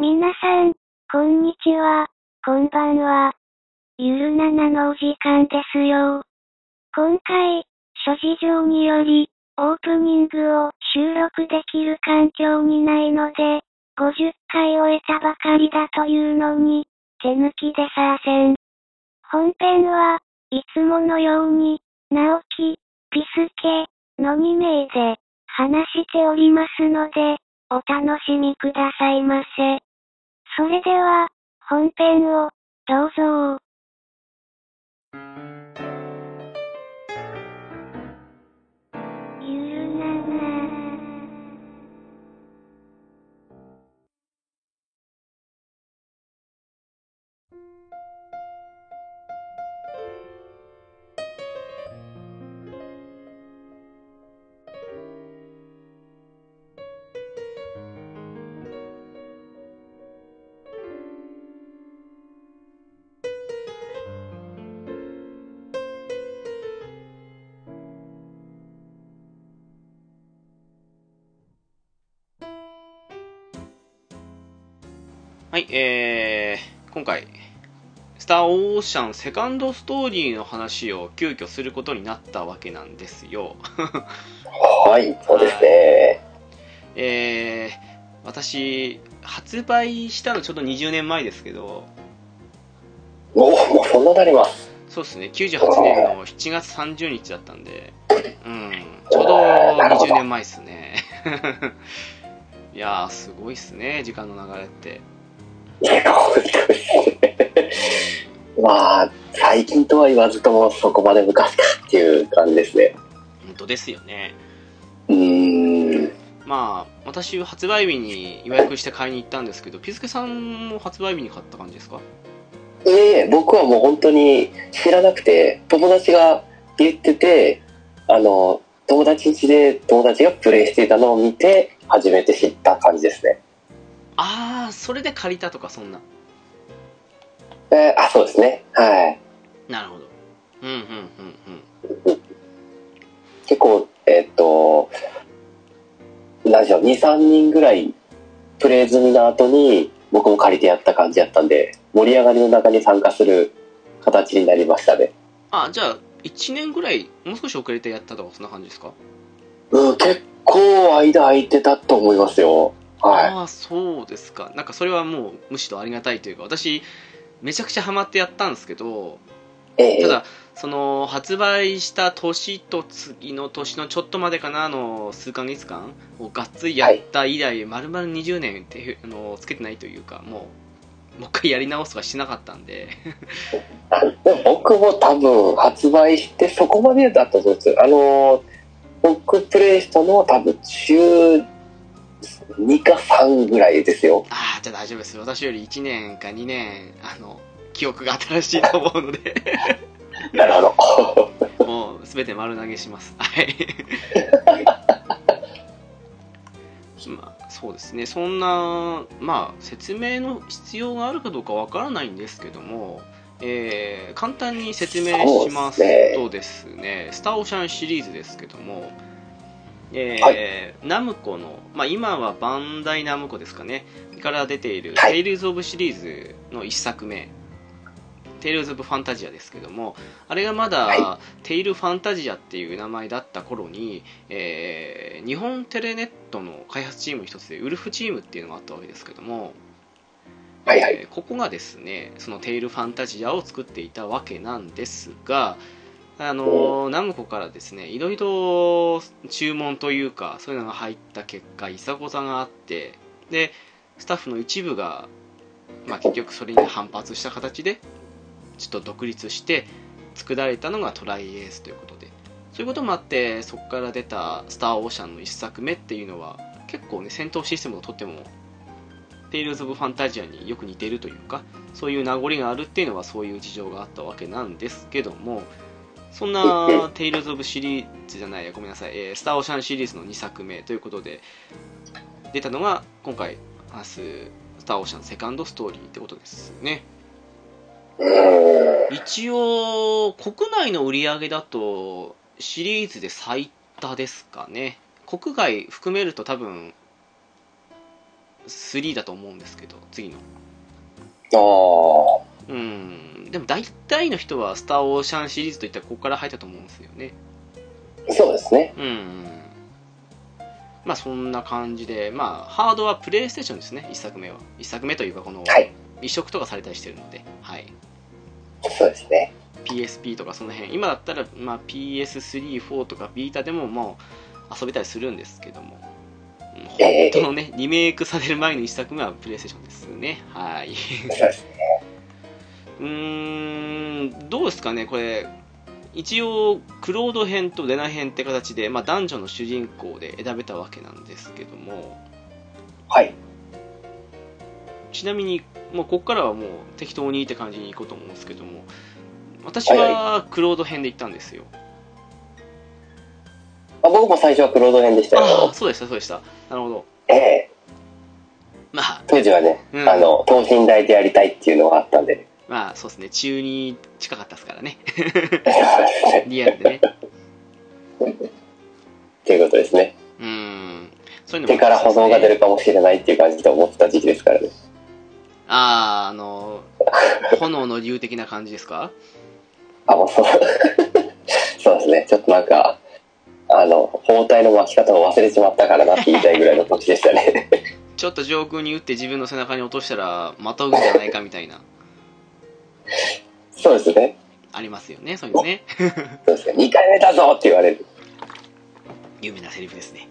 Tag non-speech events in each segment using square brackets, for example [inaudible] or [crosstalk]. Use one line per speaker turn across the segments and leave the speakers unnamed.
皆さん、こんにちは、こんばんは。ゆるななのお時間ですよ。今回、諸事情により、オープニングを収録できる環境にないので、50回終えたばかりだというのに、手抜きでさあせん。本編はいつものように、直樹、ピスケの2名で話しておりますので、お楽しみくださいませ。それでは、本編を、どうぞ。ゆるな
はい、えー、今回、スター・オーシャンセカンドストーリーの話を急遽することになったわけなんですよ。
はい、そうですね。
えー、私、発売したのちょうど20年前ですけど、
もう、もうそんななります。
そうですね、98年の7月30日だったんで、うん、ちょうど20年前ですね。 [laughs] いやー、すごいっすね、時間の流れって。
いや、本当ですね。まあ、最近とは言わずともそこまで昔かっていう感じですね。
本当ですよね。
うーん。
まあ、私、発売日に予約して買いに行ったんですけど、ピスケさんも発売日に買った感じですか
ええ僕はもう本当に知らなくて、友達が言ってて、あの、友達ん家で友達がプレイしていたのを見て、初めて知った感じですね。
ああ、それで借りたとか、そんな。
えーあ、そうですね。はい。
なるほど。うんうんうんうん。
結構、えっと、何でしょう、2、3人ぐらいプレイ済みの後に、僕も借りてやった感じやったんで、盛り上がりの中に参加する形になりましたね。
あ、じゃあ、1年ぐらい、もう少し遅れてやったとか、そんな感じですか、
うん、結構間空いてたと思いますよ。はい。
ああ、そうですか。なんか、それはもう、むしろありがたいというか、私、めちゃくちゃハマってやったんですけど、
え
た
え
だ、その、発売した年と次の年のちょっとまでかな、あの、数ヶ月間をがっつりやった以来、丸々20年って、あの、つけてないというか、もう、もう一回やり直すとかしてなかったんで、
でも僕も多分発売してそこまでだったと思うんですよあの、僕プレイしたのは多分中2か3ぐらいですよ。
[laughs] ああ、じゃあ大丈夫です。私より1年か2年、あの、記憶が新しいと思うので、
なるほど。
もう全て丸投げします。
[laughs]
はい。まあ、そうですね。そんな、まあ、説明の必要があるかどうかわからないんですけども、えー簡単に説明しますとですね、スターオシャンシリーズですけども、えー
は
ナムコの、まあ、今はバンダイナムコですかね、から出ている、
はい
テイルズ・オブシリーズの1作目、テイルズ・オブ・ファンタジアですけども、あれがまだ、
は
テイル・ファンタジアっていう名前だった頃に、えー日本テレネットの開発チームの一つで、ウルフチームっていうのがあったわけですけども、
はいはい
えーここがですね、そのテイル・ファンタジアを作っていたわけなんですが、あのーナムコからですねいろいろ注文というかそういうのが入った結果いさこざがあってでスタッフの一部が、まあ、結局それに反発した形でちょっと独立して作られたのがトライエースということでそういうこともあってそこから出た「スター・オーシャン」の一作目っていうのは結構ね戦闘システムをとっても「テイルズ・オブ・ファンタジア」によく似てるというかそういう名残があるっていうのはそういう事情があったわけなんですけどもそんな「テイルズ・オブ」シリーズじゃないやごめんなさい、えースター・オーシャン」シリーズの2作目ということで出たのが今回話す「スター・オーシャン」セカンドストーリーってことですね
[laughs] うん
一応国内の売り上げだとシリーズで最多ですかね国外含めると多分3だと思うんですけど次の
ああ、
うんでも大体の人は「スター・オーシャン」シリーズといったらここから入ったと思うんですよね
そうですね。
うんまあそんな感じでまあハードはプレイステーションですね1作目は1作目というかこの
はい
移植とかされたりしてるので、はい、
そうですね。
PSP とかその辺今だったら、まあ、PS34 とかビータでももう遊べたりするんですけどもうん本
ええ
当のね、リメイクされる前の一作目はプレイステーションですねはい [laughs]
そうですね。
うーんどうですかねこれ一応クロード編とレナ編って形で、まあ、男女の主人公で選べたわけなんですけども
はい。
ちなみに、まあ、ここからはもう適当にって感じに行こうと思うんですけども私はクロード編で行ったんですよ、
あ、僕も最初はクロード編でした
あ
よ
あ。そうでしたそうでしたなるほど
ええ
まあ
当時はね、
うん
あの、等身大でやりたいっていうのがあったんで。
まあそうですね中に近かったです
[laughs]
からね
っ
リアルでね
ていうことですね。
うーんそういうの
手
もあ
か
りま
ら保
すね
存が出るかもしれないっていう感じと思ってた時期ですからね。
あああの炎の竜的な感じですか
あ、もう [laughs] そう。そうですね。ちょっとなんか、あの、包帯の巻き方を忘れちまったからなって言いたいぐらいの時でしたね。
ちょっと上空に打って自分の背中に落としたらまた打つんじゃないかみたいな
そうですね。
ありますよねそういうのね
そうですね。2回目だぞって言われる。
有名なセリフですね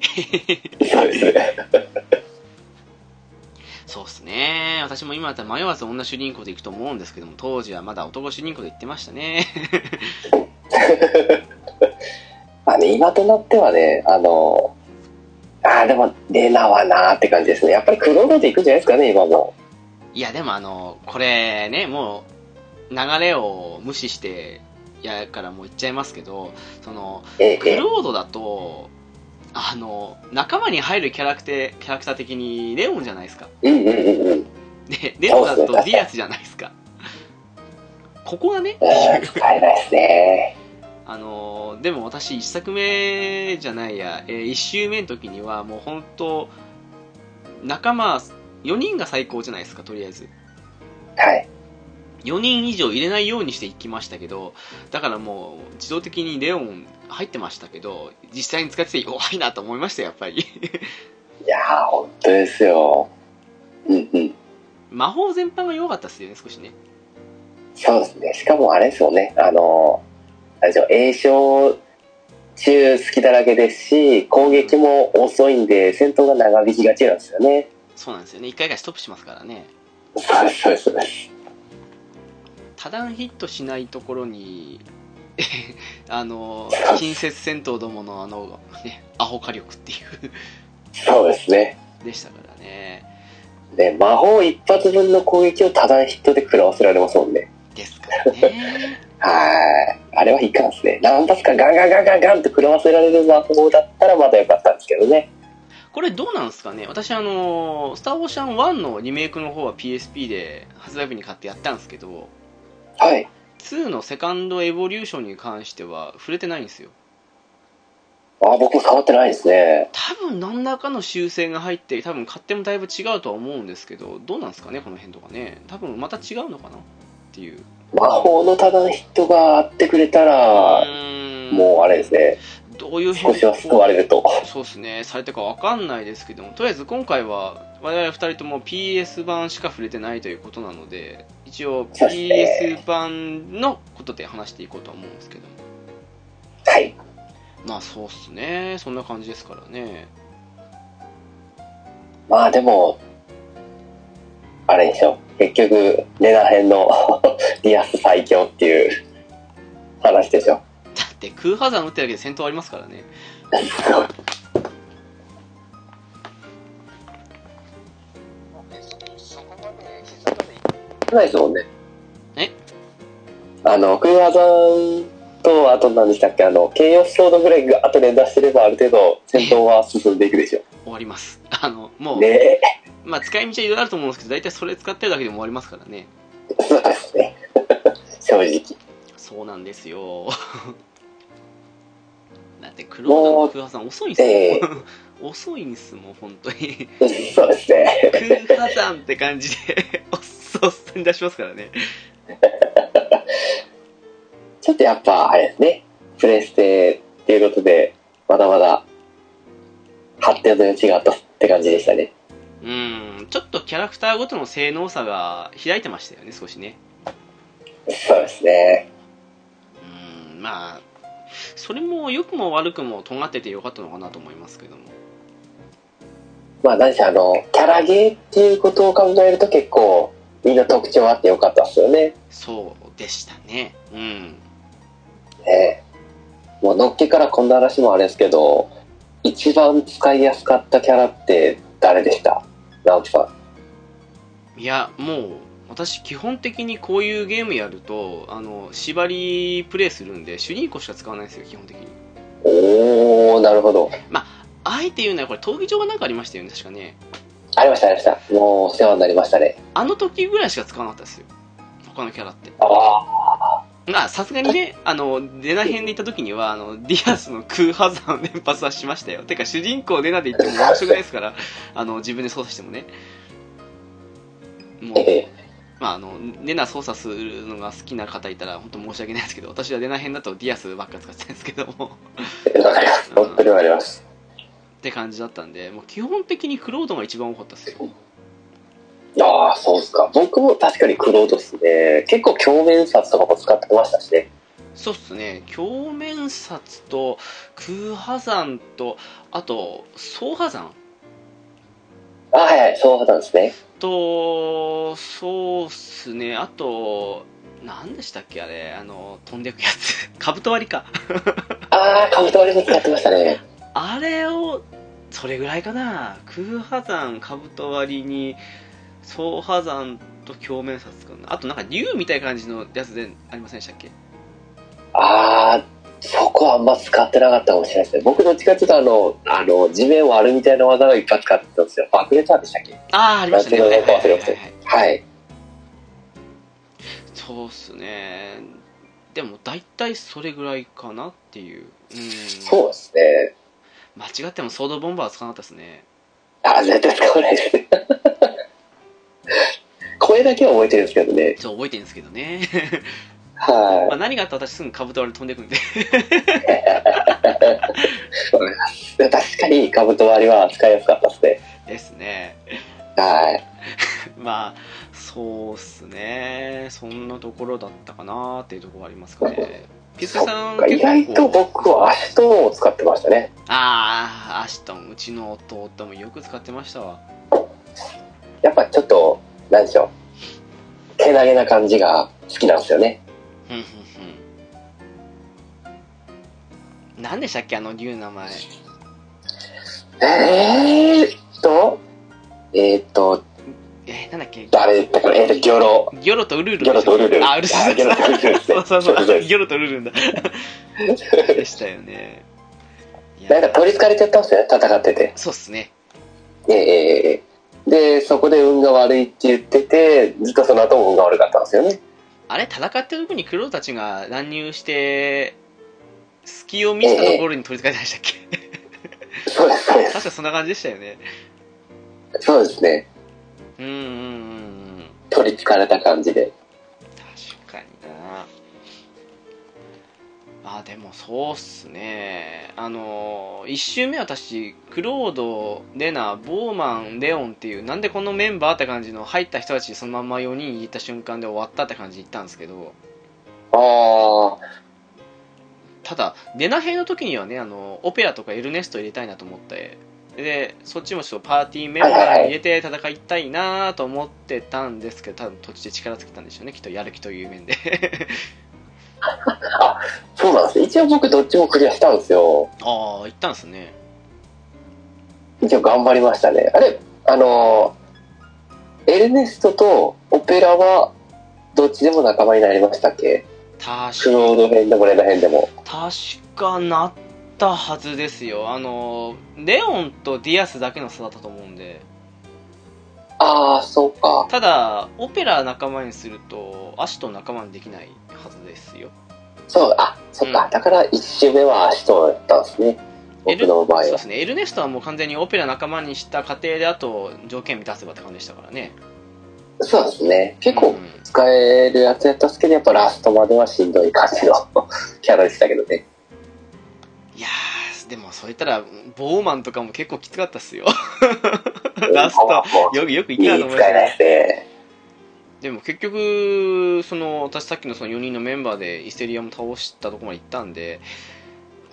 そうですね。
そうですね私も今だったら迷わず女主人公で行くと思うんですけども当時はまだ男主人公で行ってましたね
まあね、今となってはね、あの、ああ、でも、レナはなーって感じですね。やっぱりクロードで行くんじゃないですかね、今も。
いやでもあのこれねもう流れを無視してやからもう言っちゃいますけどその
ええ、
ク
ええ。
ロードだとあの仲間に入るキャラクターキャラクター的にレオンじゃないですか
うんうんうんうん。
でレオンだとディアスじゃないですかここはね
うん使えないですね。
あのーでも私1作目じゃないや、え1周目の時にはもう本当仲間4人が最高じゃないですかとりあえず
はい。
4人以上入れないようにしていきましたけどだからもう自動的にレオン入ってましたけど実際に使ってて弱いなと思いましたよやっぱり [laughs]
いやー、本当ですよ。うんうん。
魔法全般が弱かったですよね少しね
そうですね。しかもあれですよね。あの、あれでしょ、栄翔中好きだらけですし、攻撃も遅いんで、戦闘が長引きがちなんですよね。
そうなんですよね1回がストップしますからね
そうです、そうです、そうです。
多段ヒットしないところに [laughs] あの近接戦闘どものあの、ね、アホ火力っていう
そうですね。
[laughs] でしたからね。
ね、魔法一発分の攻撃を多段ヒットで食らわせられますもんね。
ですからね。
はい。あれはいかんですね。何発かガンガンガンガンガンと食らわせられる魔法だったらまだよかったんですけどね。
これどうなんですかね私あの、スターオーシャン1のリメイクの方は PSP で発売日に買ってやったんですけど、
はい。
2のセカンドエボリューションに関しては触れてないんですよ。
あ、僕も触ってないですね。
多分何らかの修正が入って、多分買ってもだいぶ違うとは思うんですけど、どうなんですかねこの辺とかね。多分また違うのかなっていう。
魔法の多段ヒットがあってくれた
う
ら、
ーん
もうあれですね。
どういう
少
変
しは救われると。
そうですね、されたかわかんないですけども、とりあえず今回は我々2人とも PS 版しか触れてないということなので、一応
そうですね
PS 版のことで話していこうとは思うんですけども、
はい。
まあそうっすね、そんな感じですからね。
まあでも、あれでしょ。結局、レナ編の [laughs] ディアス最強っていう話でしょ。
だって空破山打ってるだけで戦闘ありますからね。
ないですもんね。
え
あの、クーハザンと、あと何でしたっけ、あの、ケイオスソードぐらいがあと連打してればある程度戦闘は進んでいくでしょ
終わります。 [laughs] あの、もう、
う。ねえ。
まあ使い道はいろいろあると思うんですけど、大体それ使ってるだけでも終わりますからね。
そうですね。 [laughs] 正直。
そうなんです [laughs] よ。だってクロードの空破山遅いんですよ。
ええ
[laughs] 遅いんすもん本当に
そうですね。
空破産って感じで [laughs] おっそっそに出しますからね
ちょっとやっぱ、あれですね。プレステっていうことで、まだまだ発展の余地があったって感じでしたね。
うんちょっとキャラクターごとの性能差が開いてましたよね少しね
そうですね。
うんまあそれも良くも悪くも尖っててよかったのかなと思いますけども
まあ何しろあの、キャラゲーっていうことを考えると結構、みんな特徴あってよかったですよね。
そうでしたねうん
ねもうのっけからこんな話もあれですけど、一番使いやすかったキャラって誰でした直樹さん。
いやもう私基本的にこういうゲームやるとあの縛りプレイするんで主人公しか使わないんですよ基本的に
おー、なるほど。
あえて言うのはこれ闘技場がなんかありましたよね確かね
ありました、ありました。もうお世話になりましたね。
あの時ぐらいしか使わなかったですよ他のキャラって
ああ。
まあさすがにねあのデナ編で行った時にはあのディアスの空破山を連発はしましたよてか主人公デナで行っても面白くないですからあの自分で操作してもねもう
ええ。
まあ、あのレナ操作するのが好きな方いたら本当申し訳ないですけど私はレナ編だとディアスばっか使ってたんですけども [laughs]
わかります。本当にわかります。
って感じだったんでもう基本的にクロードが一番多かったですよ
ああ、そうっすか。僕も確かにクロードっすね。結構鏡面札とかも使ってましたしね。
そうっすね鏡面札と空破山とあと総破山
あーはいはい、そうなんですね。
とそうっすねあと何でしたっけあれあの飛んでくやつ [laughs] カブト割りか
ああ、カブト割りも使ってましたね。
あれをそれぐらいかな空破山カブト割りに総破山と鏡面札かなあとなんか竜みたいな感じのやつでありませんでしたっけ
ああ、そこはあんま使ってなかったかもしれないですね。僕どっちかっていうとあの、あの、地面割るみたいな技をいっぱい使ってたんですよ。爆裂ーでしたっけ
ああありましたね
なんていうのか忘れました
はいはいはいはい
はい。
そうっすねでも大体それぐらいかなっていううん
そうですね。
間違ってもソードボンバーは使わなかったですね
あー絶対使わないですね。 [laughs] 声だけは覚えてるんですけどね。
ちょっと覚えてるんですけどね [laughs] ま
は
あ何があったら私すぐカブト割り飛んでくんで
い。確かに、カブト割りは使いやすかったですね。
ですね
はい。
まあそうっすねそんなところだったかなっていうところはありますかねピスケさん
意外と僕はアシトーンを使ってましたね。
ああアシトンうちの弟もよく使ってましたわ
やっぱちょっと、なんでしょう。けなげな感じが好きなんですよね。
ふんふんふん何でしたっけあの竜の名前
えーっと、えーっと、
えー、なんだっけ
誰だったかな、えーっと、ギョロ。
ギョロとウルル
ギョロとウルル。
あウルル
あギョロとウルルです
そ
ね
うそうそう
そうそう
ギョロとウルルンだでしたよねいや
なんか取り憑かれちゃったんですよね、戦ってて。
そうっすね
ええで、そこで運が悪いって言ってて、ずっとその後も運が悪かったんですよね。
あれ戦ってる時にクローたちが乱入して隙を見せたところに取り憑かれてましたっけ、
そうです、そうです。
[laughs] 確かそんな感じでしたよね
そうですね。
うんうんうんうん
取り憑かれた感じで。
確かになあでもそうっすねあの1周目私クロードレナボーマンレオンっていうなんでこのメンバーって感じの入った人たちそのまんま4人いった瞬間で終わったって感じで行ったんですけど
ああ、
ただレナ編の時にはねあのオペラとかエルネスト入れたいなと思ってでそっちもちょっとパーティーメンバーに入れて戦いたいなと思ってたんですけど多分途中で力尽きたんでしょうねきっとやる気という面 [laughs] で
そうなんですね。一応僕どっちもクリアしたんですよ。
ああ行ったんですね
一応頑張りましたね。あれ、あのーエルネストとオペラは、どっちでも仲間になりましたっけク
確
ロード編でもレナ編でも。
確かなったはずですよあのレオンとディアスだけの差だったと思うんで
ああ、そうか。
ただオペラ仲間にするとアシトを仲間にできないはずですよ
そう、あ、そっか。
うん
だから一周目は足とだったんですね。
エル
僕の場
そ
合
うで
は
すねエルネストはもう完全にオペラ仲間にした過程であと条件満たせばって感じでしたからね
そうですね結
う
構
ん
使えるやつやったんですけどやっぱラストまではしんどい感じの [laughs] キャラでしたけどね
いやーでもそう言ったらボーマンとかも結構きつかったっ
[laughs]
すよラスト
もう
よくよく
い
い
い
た
使え
と思います
ないですね
でも結局その私さっきのその4人のメンバーでイステリアも倒したとこまで行ったんで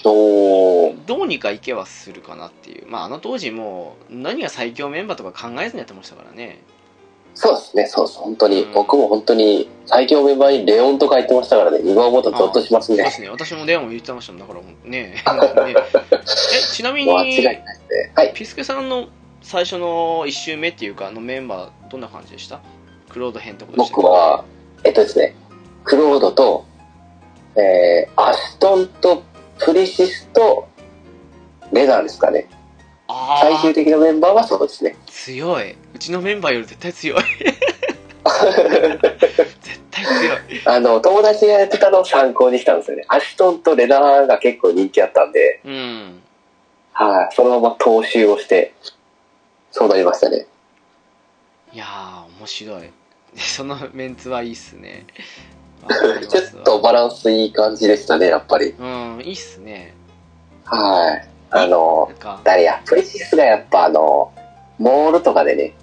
おー
どうにかいけはするかなっていうまああの当時もう何が最強メンバーとか考えずにやってましたからね
そうですねそうそう本当に、
うん
僕も本当に最強メンバーにレオンとか言ってましたからね今思うとゾッとします
そうで
ね
すね私もレオン言ってましたもんだから
[laughs]
ね本当にねえちなみに
間違いないですねはい
ピスケさんの最初の1周目っていうかあのメンバーどんな感じでしたクロード編ってことでしたっけ
僕はえっとですね、クロードと、えー、アストンとプリシスとレナーですかね。
あ
最終
ー
的なメンバーはそうですね。
強いうちのメンバーより絶対
[laughs]
強い絶対強い
あの、友達がやってたのを参考にしたんですよね。アストンとレナーが結構人気あったんで、
うん
はい、そのまま踏襲をして、そうなりましたね。
いやー面白い [laughs] そのメンツはいいっすね
ちょっとバランスいい感じでしたね、やっぱり。
うんいいっすね
はい。あの
な、んか
誰や、プリシスがやっぱあの、モールとかでね、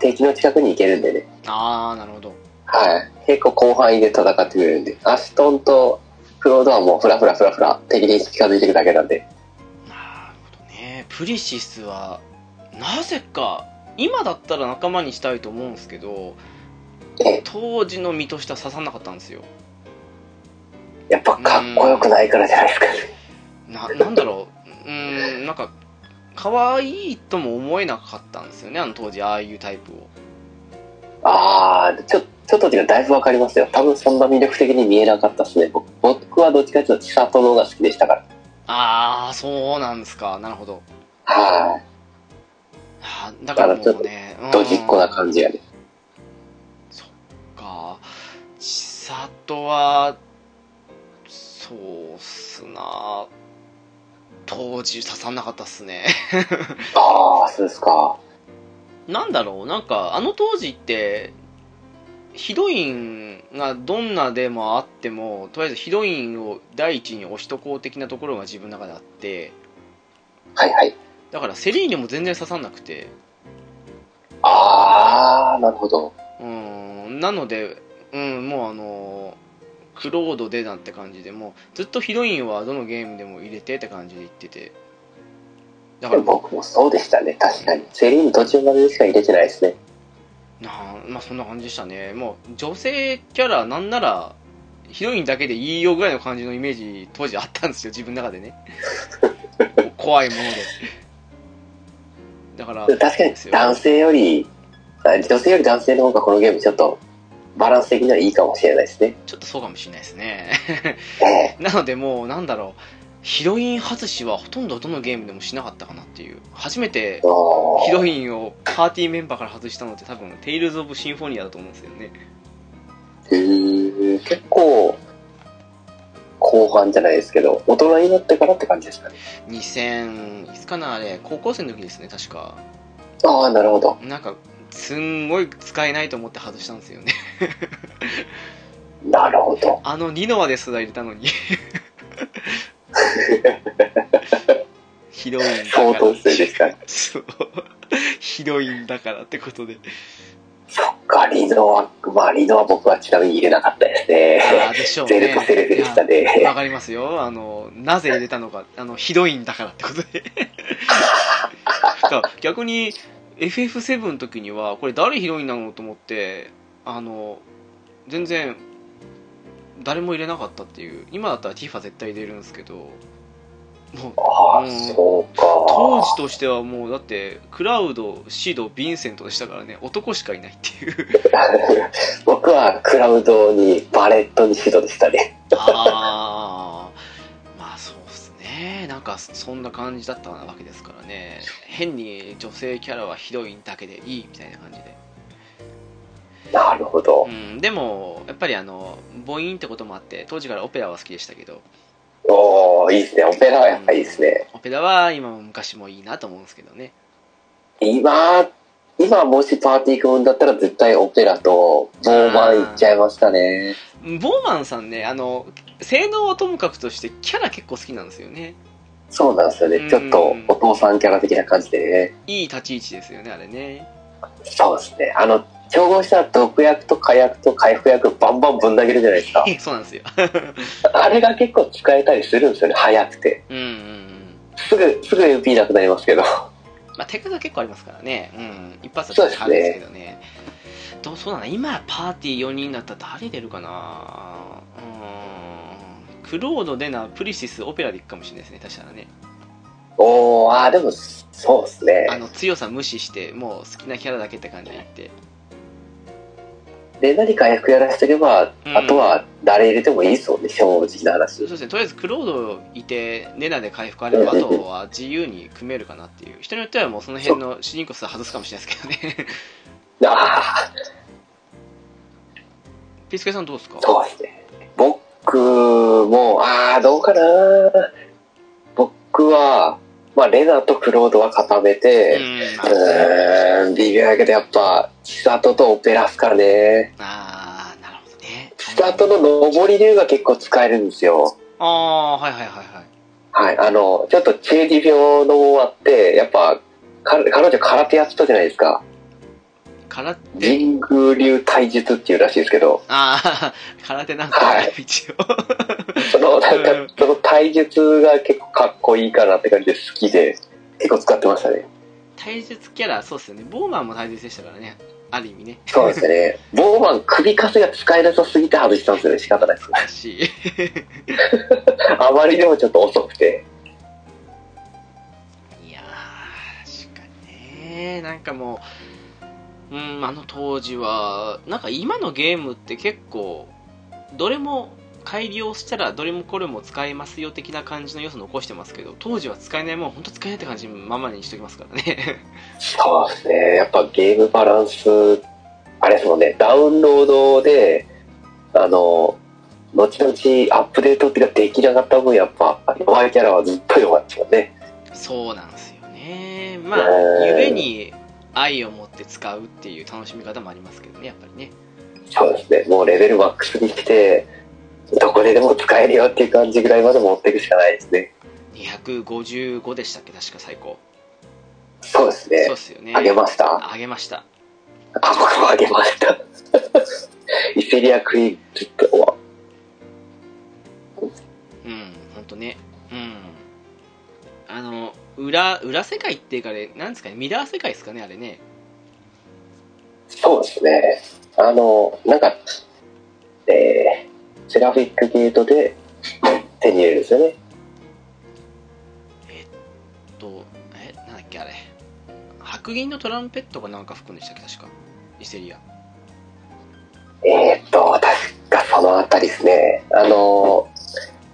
敵の近くに行けるんでね。
ああなるほど
はい。結構広範囲で戦ってくれるんで、アストンとフロードはもうフラフラフラフラ敵に近づいていくだけなんで。
なるほどねプリシスはなぜか今だったら仲間にしたいと思うんですけど
ええ
当時の身としては刺さんなかったんですよ
やっぱかっこよくないからじゃないですかね。
ななんだろううーんなんか可愛いとも思えなかったんですよねあの当時ああいうタイプを
あー、ちょちょっと違う、だいぶわかりますよ。多分そんな魅力的に見えなかったですね。僕僕はどっちかというと千里の方が好きでしたから。
ああそうなんですかなるほど
は
あーだからもうね
い。ドジっ子な
じ
感じがね。
か千里はそうっすな当時刺さんなかったっすね
あー、そうですか。
なんだろうなんかあの当時ってヒロインがどんなでもあってもとりあえずヒロインを第一に推しとこう的なところが自分の中であって
はいはい。
だからセリーヌも全然刺さんなくて
あー、なるほど。
うんなので、うん、もうあのクロードでなんて感じでもうずっとヒロインはどのゲームでも入れてって感じで言っててだか
で
ら
も
も
僕もそうでしたね。確かに。セリーヌ途中までしか入れてないですね。
うなんまあそんな感じでしたねもう女性キャラなんならヒロインだけでいいよぐらいの感じのイメージ当時あったんですよ自分の中でねこ怖いものでだから
確かに男性よりあ女性より男性の方がこのゲームちょっとバランス的にはいいかもしれないですね、
ちょっとそうかもしれないですね [laughs]
ええ
なのでもうなんだろうヒロイン外しはほとんどどのゲームでもしなかったかなっていう初めて
おー
ヒロインをパーティーメンバーから外したのって多分「テイルズ・オブ・シンフォニア」だと思うんですよね
へー結構後半じゃないですけど大人になってからって感じですかね
2000いつかなあれ高校生の時ですね確か
ああなるほど
なんかすんごい使えないと思って外したんですよね [laughs]
なるほど
あのニノアですら入れたのに [laughs] ヒロインだ
相
から
当性でしたね
そう [laughs] ヒロインだからってことで
そっかリノはまあリノは僕はちなみに入れなかったです
あ
ね
あでしょう
[laughs] ゼ
ね
ルとセレブでした
いやわ
ね
かりますよあのなぜ入れたのかあのヒロインだからってことでだから逆に FF7 の時にはこれ誰ヒロインなのと思ってあの全然誰も入れなかったっていう今だったらティファ絶対入れるんですけどもう
ああ
うん
そうか
当時としてはもうだってクラウドシドヴィンセントでしたからね男しかいないっていう
[laughs] 僕はクラウドにバレットにシドでしたね
ああまあそうっすねなんかそんな感じだったわけですからね変に女性キャラはヒロインだけでいいみたいな感じで、
なるほど
うん、でもやっぱりあの母音ってこともあって当時からオペラは好きでしたけど
おおいいですねオペラはやっぱいいですね
オオペラは今も昔もいいなと思うんですけどね。
今、今もしパーティー組むんだったら絶対オペラとボーマン行っちゃいましたね。
ボーマンさんね、あの、性能はともかくとしてキャラ結構好きなんですよね。
そうなんですよ
うん
ね。ちょっとお父さんキャラ的な感じでね。
いい立ち位置ですよね、あれね。
そうですね。あの、調合した毒薬と火薬と回復薬バンバンぶん投げるじゃない [laughs] ですか。
そうなんですよ。
あれが結構使えたりするんですよね。早くて。
うんうんうん。
すぐ、すぐ MP なくなりますけ [laughs] ど。
まあ、手数が結構ありますからね、うん、一発
そ
だ
う
っ
で
たら
すね
るんですけどね、どうそうだな、今、パーティー4人だったら誰出るかな、うーん、クロード、デナ、プリシス、オペラでいくかもしれないですね、確かにね、
おー、あー、でも、そうで
あ
すね。
の強さ無視して、もう好きなキャラだけって感じでいって、
で、何か回復やらせておけば、
うん
あとは誰入れてもいいですもんね、正直な
そう
話。
ですね、とりあえずクロードいて、デナで回復あれば、あ
うんうんうん
とは自由に組めるかなっていう、人によってはもうその辺の主人公数は外すかもしれないですけどね、
あ
ピスケさん、どうですか
ー、そうですね。僕も、あー、どうかな僕は、まあ、レナとクロードは固め
う
て、
ん
う、ーん、微妙やけど、やっぱ、千里とオペラっすかね。
あー、なるほどね。
千里の上り竜が結構使えるんですよ。
あー、はいはいはいはい。
はい、あの、ちょっとチェディ病の終わって、やっぱ、か彼女空手やってたじゃないですか。
空手
神宮流体術っていうらしいですけど、
ああ、空手なんか、
はい
一応。
その、なん
うん
か、その体術が結構かっこいいかなって感じで好きで、結構使ってましたね。
体術キャラ、そうっすよね。ボーマンも体術でしたからね。ある意味ね。
そうですね。ボーマン首かせが使えなさすぎて外したんですよね、仕方ないです
素。晴らしい。
あまりにもちょっと遅くて。
いやー、確かにね。なんかもう、うん、あの当時は、なんか今のゲームって結構、どれも改良したらどれもこれも使えますよ的な感じの要素残してますけど、当時は使えないもん、ほんと使えないって感じままにしときますからね。
そうですね。やっぱゲームバランス、あれですもんね、ダウンロードで、あの、後々アップデートっていうかできなかった分、やっぱ弱いキャラはずっと弱いですよね。
そうなんですよねまあ
えー
故に愛を持って使うっていう楽しみ方もありますけどねやっぱりね
そうですね。もうレベルマックスに来て、どこででも使えるよっていう感じぐらいまで持っていくしかないですね。
255でしたっけ確か最高
そうです
そう
ね
っ。すよね
あげました
あげました
あ、僕もあげました。 [laughs] イセリアクイーン、ちょっと、
うん本当ねうんあの裏裏世界っていうかねなんですかねミラー世界ですかねあれね
そうですね。あの、なんか、えー、セラフィックゲートで手に入れるんですよね。
とえなんだっけあれ白銀のトランペットがなんか吹くんでしたっけ確かイセリア
えーっと、確かそのあたりですね。あの、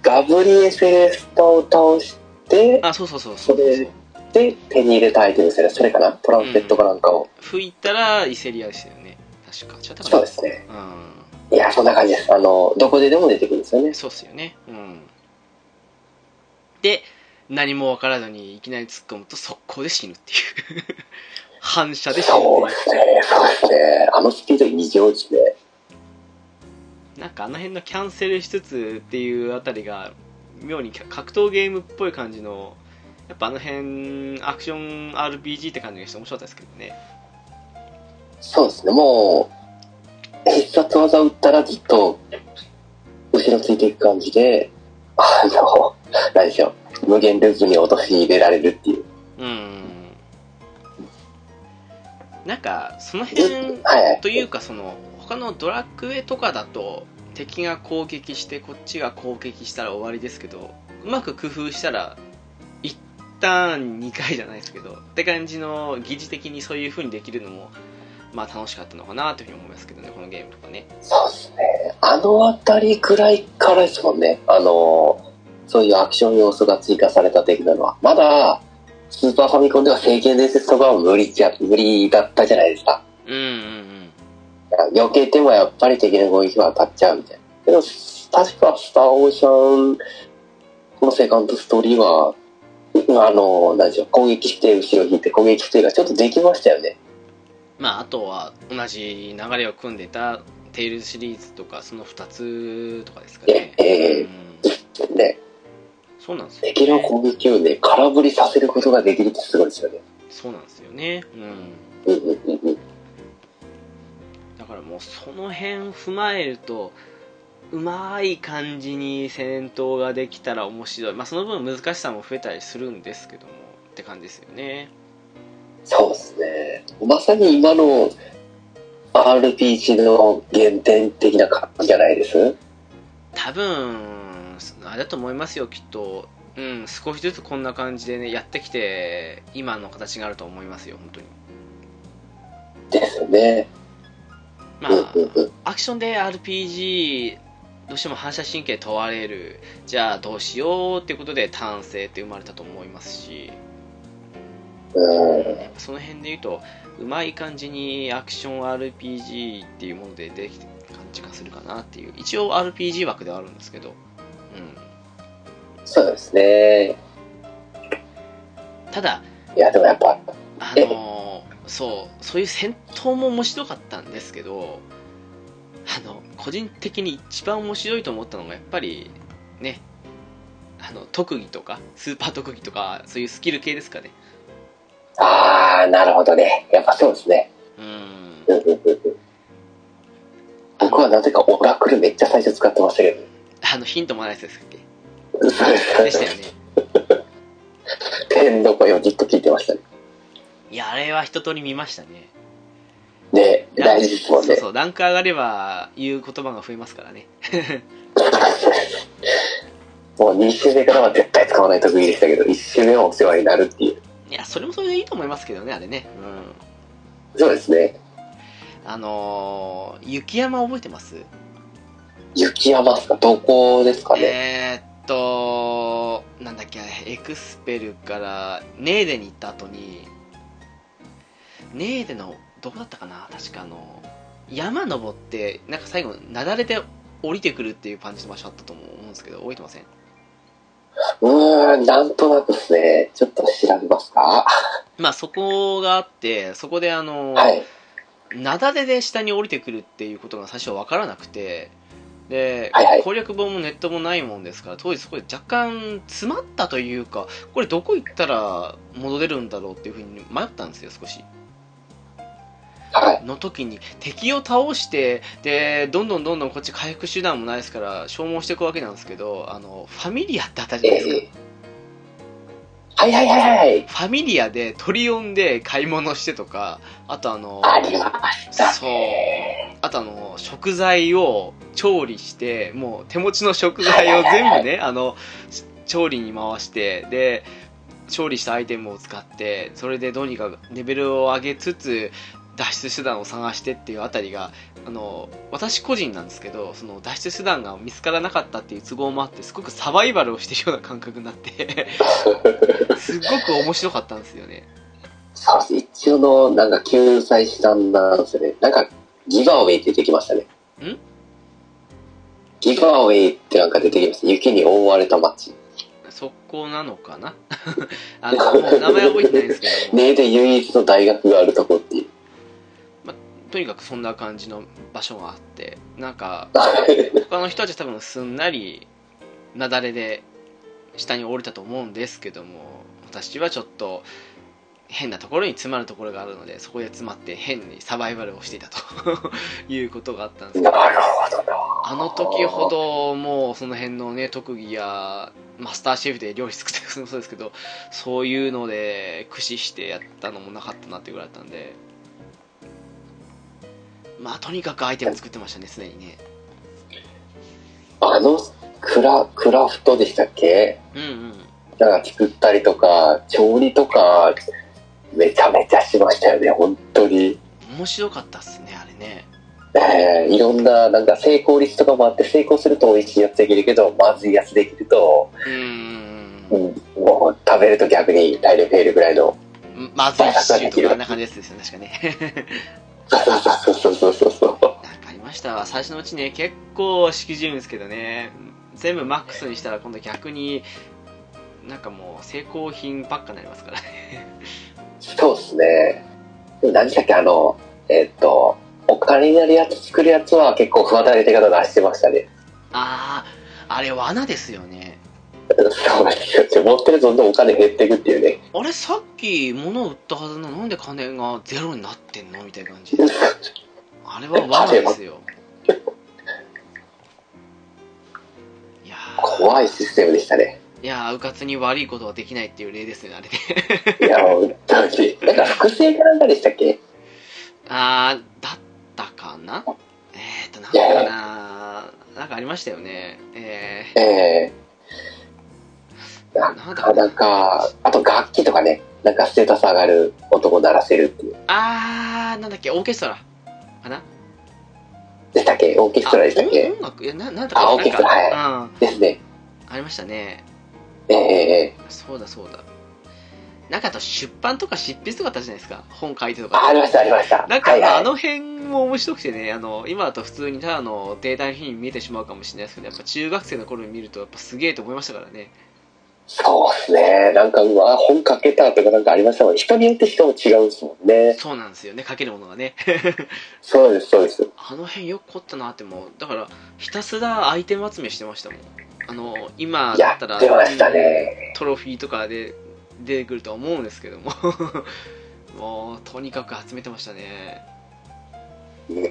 ガブリエ・セレスタを倒して、
あそうそうそうそう
それで、手に入れたアイテムですよね。それかなトランペットかなんかを。
吹いたらイセリアでしたよね確か違ったかな
そうですね。
うん
いや、そんな感じです。あの、どこででも出てくるんですよね。
そうっすよね。うん。で、何も分からずにいきなり突っ込むと速攻で死ぬっていう。 [laughs] 反射で死ぬ
そう
っ
ですね。そうですね。あのスピード異常ですね。
ていう。なんかあの辺のキャンセルしつつっていうあたりが、妙に格闘ゲームっぽい感じの、やっぱあの辺、アクション RPG って感じがして面白かったですけどね。
そうですね、もう、必殺技打ったらずっと、後ろついていく感じで、あの、何でしょう、無限ループに陥れられるっていう。
うん。なんか、その
ずっ
辺
と、はいはい。
というかその他のドラクエとかだと敵が攻撃してこっちが攻撃したら終わりですけどうまく工夫したら一旦2回じゃないですけどって感じの疑似的にそういう風にできるのもまあ楽しかったのかなというふうに思いますけどねこのゲームとかね
そうですね、あのあたりくらいからですもんね、あの、そういうアクション要素が追加された的なのは。まだ、スーパーファミコンでは聖剣伝説とかは無理じゃ、無理だったじゃないですか。
うんうん
避けてもやっぱり敵の攻撃は当たっちゃうみたいな。けど、確かスターオーシャンのセカンドストーリーは、うあの、何でしょう、攻撃して後ろ引いて、攻撃してがちょっとできましたよね。
まあ、あとは同じ流れを組んでたテイルズシリーズとかその2つとかですかね、
ええ
うん、
ね、
そうなんですよ、ね、
敵の攻撃をね、空振りさせることができるってすごいですよね。
そうなんですよね、うん、
うんうんうんうん。
だからもうその辺踏まえるとうまい感じに戦闘ができたら面白い、まあ、その分難しさも増えたりするんですけどもって感じですよね
そうですね。まさに今の RPG の原点的な感じじゃないです
多分あれだと思いますよきっとうん少しずつこんな感じでねやってきて今の形があると思いますよ本当に
ですよね。
ま
うんうん
あ
うん。
アクションで RPG どうしても反射神経問われるじゃあどうしようってことで単性って生まれたと思いますし
うん
やっぱその辺で言うとうまい感じにアクション RPG っていうものでできてる感じがするかなっていう一応 RPG 枠ではあるんですけど、
そうですね。
うん、ただ
いや、でもやっぱ、
あのーそうそういう戦闘も面白かったんですけどあの個人的に一番面白いと思ったのがやっぱりねあの特技とかスーパー特技とかそういうスキル系ですかね
ああ、なるほどね。やっぱそうですね。
うん
うんうんうんうん僕はなぜかオラクルめっちゃ最初使ってましたけ
あのヒントもないやつですっけ
ど。そう
で
で
し
す
た
ね
よ。ね
天の声をじっと聞いてましたね。
いやあれは一通り見ましたね
ね、
ラン
大事ですもん
そう
ね。
そうランク上がれば言う言葉が増えますからね
もう2周目からは絶対使わない得意でしたけど、1周目はお世話になるっていう。
いやそれもそれでいいと思いますけどねあれねうん
そうですね。
あのー雪山覚えてます
雪山ですかどこですかね、
えーっと、なんだっけ、エクスペルからネーデに行った後に、ネーデの、どこだったかな確かあの、山登って、なんか最後、雪崩で降りてくるっていう感じの場所あったと思うんですけど、覚えてません
うーん、なんとなくですね。ちょっと調べますか
まあ、そこがあって、そこであの、
はい。
雪崩で下に降りてくるっていうことが最初分からなくてで、
はいはい
攻略本もネットもないもんですから当時そこで若干詰まったというかこれどこ行ったら戻れるんだろうっていうふうに迷ったんですよ少し
はい。
の時に敵を倒してでどんどんどんどんこっち回復手段もないですから消耗していくわけなんですけどあのファミリアってあったじゃないですか、
ええはいはいはいはい。
ファミリアでトリオンで買い物してとかあとあの
ありました
そう
ね。
あとあの食材を調理してもう手持ちの食材を全
はい
部ねあのし調理に回してで調理したアイテムを使ってそれでどうにかレベルを上げつつ脱出手段を探してっていうあたりがあの私個人なんですけどその脱出手段が見つからなかったっていう都合もあってすごくサバイバルをしてるような感覚になって
[laughs]
すっごく面白かったんですよね
そうです。一応の、なんか救済手段なんですよね。なんか、ギガウェイって出てきましたね。
ん
ギガウェイってなんか出てきました。雪に覆われた街。
そこなのかな [laughs] あのもう名前覚えてないんですけども
ねで唯一の大学があるとこっていう。
とにかくそんな感じの場所があってなんか
は
他の人たちは多分すんなり雪崩で下に降りたと思うんですけども私はちょっと変なところに詰まるところがあるのでそこで詰まって変にサバイバルをしていたということがあったんです
い
けど
なるほどな。
あの時ほどもうその辺のね特技やマスターシェフで料理作ったりするのもそうですけどそういうので駆使してやったのもなかったなっていうぐらいだったんでまあとにかくアイテム作ってましたね常にね
あの、クラ、クラフトでしたっけ
うんうん
なんか作ったりとか、調理とか、めちゃめちゃしましたよね、本当に。
面白かったっすねあれね
えーいろんな、なんか成功率とかもあって、成功すると美味しいやつできるけど、まずいやつできると、
う
う
ーん
ん、もう食べると逆に体力減るぐらいの。
まずいしとかあんな感じですよね確かね
そうそうそうそうそう。
なんかありましたわ最初のうちね結構しきじるんですけどね全部マックスにしたら今度逆になんかもう成功品ばっかになりますからね
そうですね。でも何でしたっけ、あの、えっと、お金になるやつ作るやつは結構不安な入れ方出してましたね。
[laughs] あああれ罠ですよね
そうなんですよ。持ってるとどんどんお金減っていくっていうね。
あれさっき物売ったはずなのなんで金がゼロになってんのみたいな感じであれは罠ですよいやー
怖いシステムでしたね。
いやーうかつに悪いことはできないっていう例ですよねあれね
いや、本当に。なんか複製かなんかでしたっけ
あーだったかなえっ、ー、となんかななんかありましたよねえ
ええ
ー、
な
なんだ
かなか、あと楽器とかね、なんかステータス上がる男鳴らせるっていう。
あーなんだっけオーケストラかな
でしたっけオーケストラでしたっ
あ
け
音音楽いやななんだ
あ
か
オーケストラ
なんか、うん
ですね。
ありましたね
ええええ
そうだそうだなんかあと出版とか執筆とかあったじゃないですか本書いてと
ああ
か
りました、ありました。
なんか、
はいはい
あの辺も面白くてねあの今だと普通にただのデータの日に見えてしまうかもしれないですけどやっぱ中学生の頃に見るとやっぱすげえと思いましたからね
そうですね。なんか、うわ、本書けたとかなんかありましたもん。人によって人も違うんですもんね。
そうなんですよね書けるものがね
そうです、そうです。
あの辺よく凝ったなってもうだからひたすらアイテム集めしてましたもんあの今だ
や
ったら
ってましたね。
トロフィーとかで出てくるとは思うんですけども [laughs] もうとにかく集めてましたね、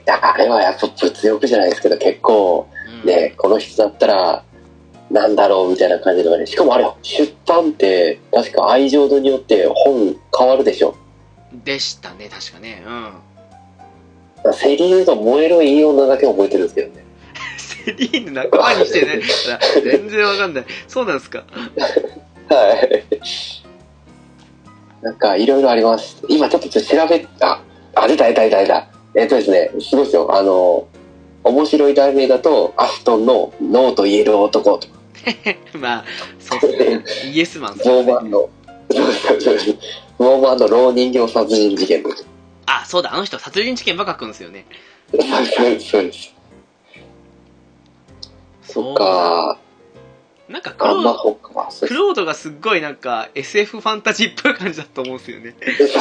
だからあれはやっぱ物欲じゃないですけど、結構
うん、
ね、この人だったら、なんだろうみたいな感じのがね。しかもあれ、出版って、確か愛情度によって本変わるでしょ。
でしたね確かねうん
セリーヌの燃えるいい女だけ覚えてるんですけどね。
セリーヌ仲間にしてね [laughs] 全然わかんないそうなんですか
はい。なんか、いろいろあります。今、ちょっと調べ、あ、あ、出た、出た、出た、出た。えっとですね、すごいですよ。あの、面白い題名だと、アストンのノーと言える男と、
まあそうですねイエス
[laughs]
マンです
ボー
ね
マンの、そうそうそうそうボーマンの老人形殺人事件と。そう
あそうだあの人殺人事件ばっか書くんですよね
そうそうです。そっか、
なんかク
あん
ロ
まほかは、そう
クロードがすっごいなんか SF ファンタジーっぽい感じだと思うんですよね
そうそ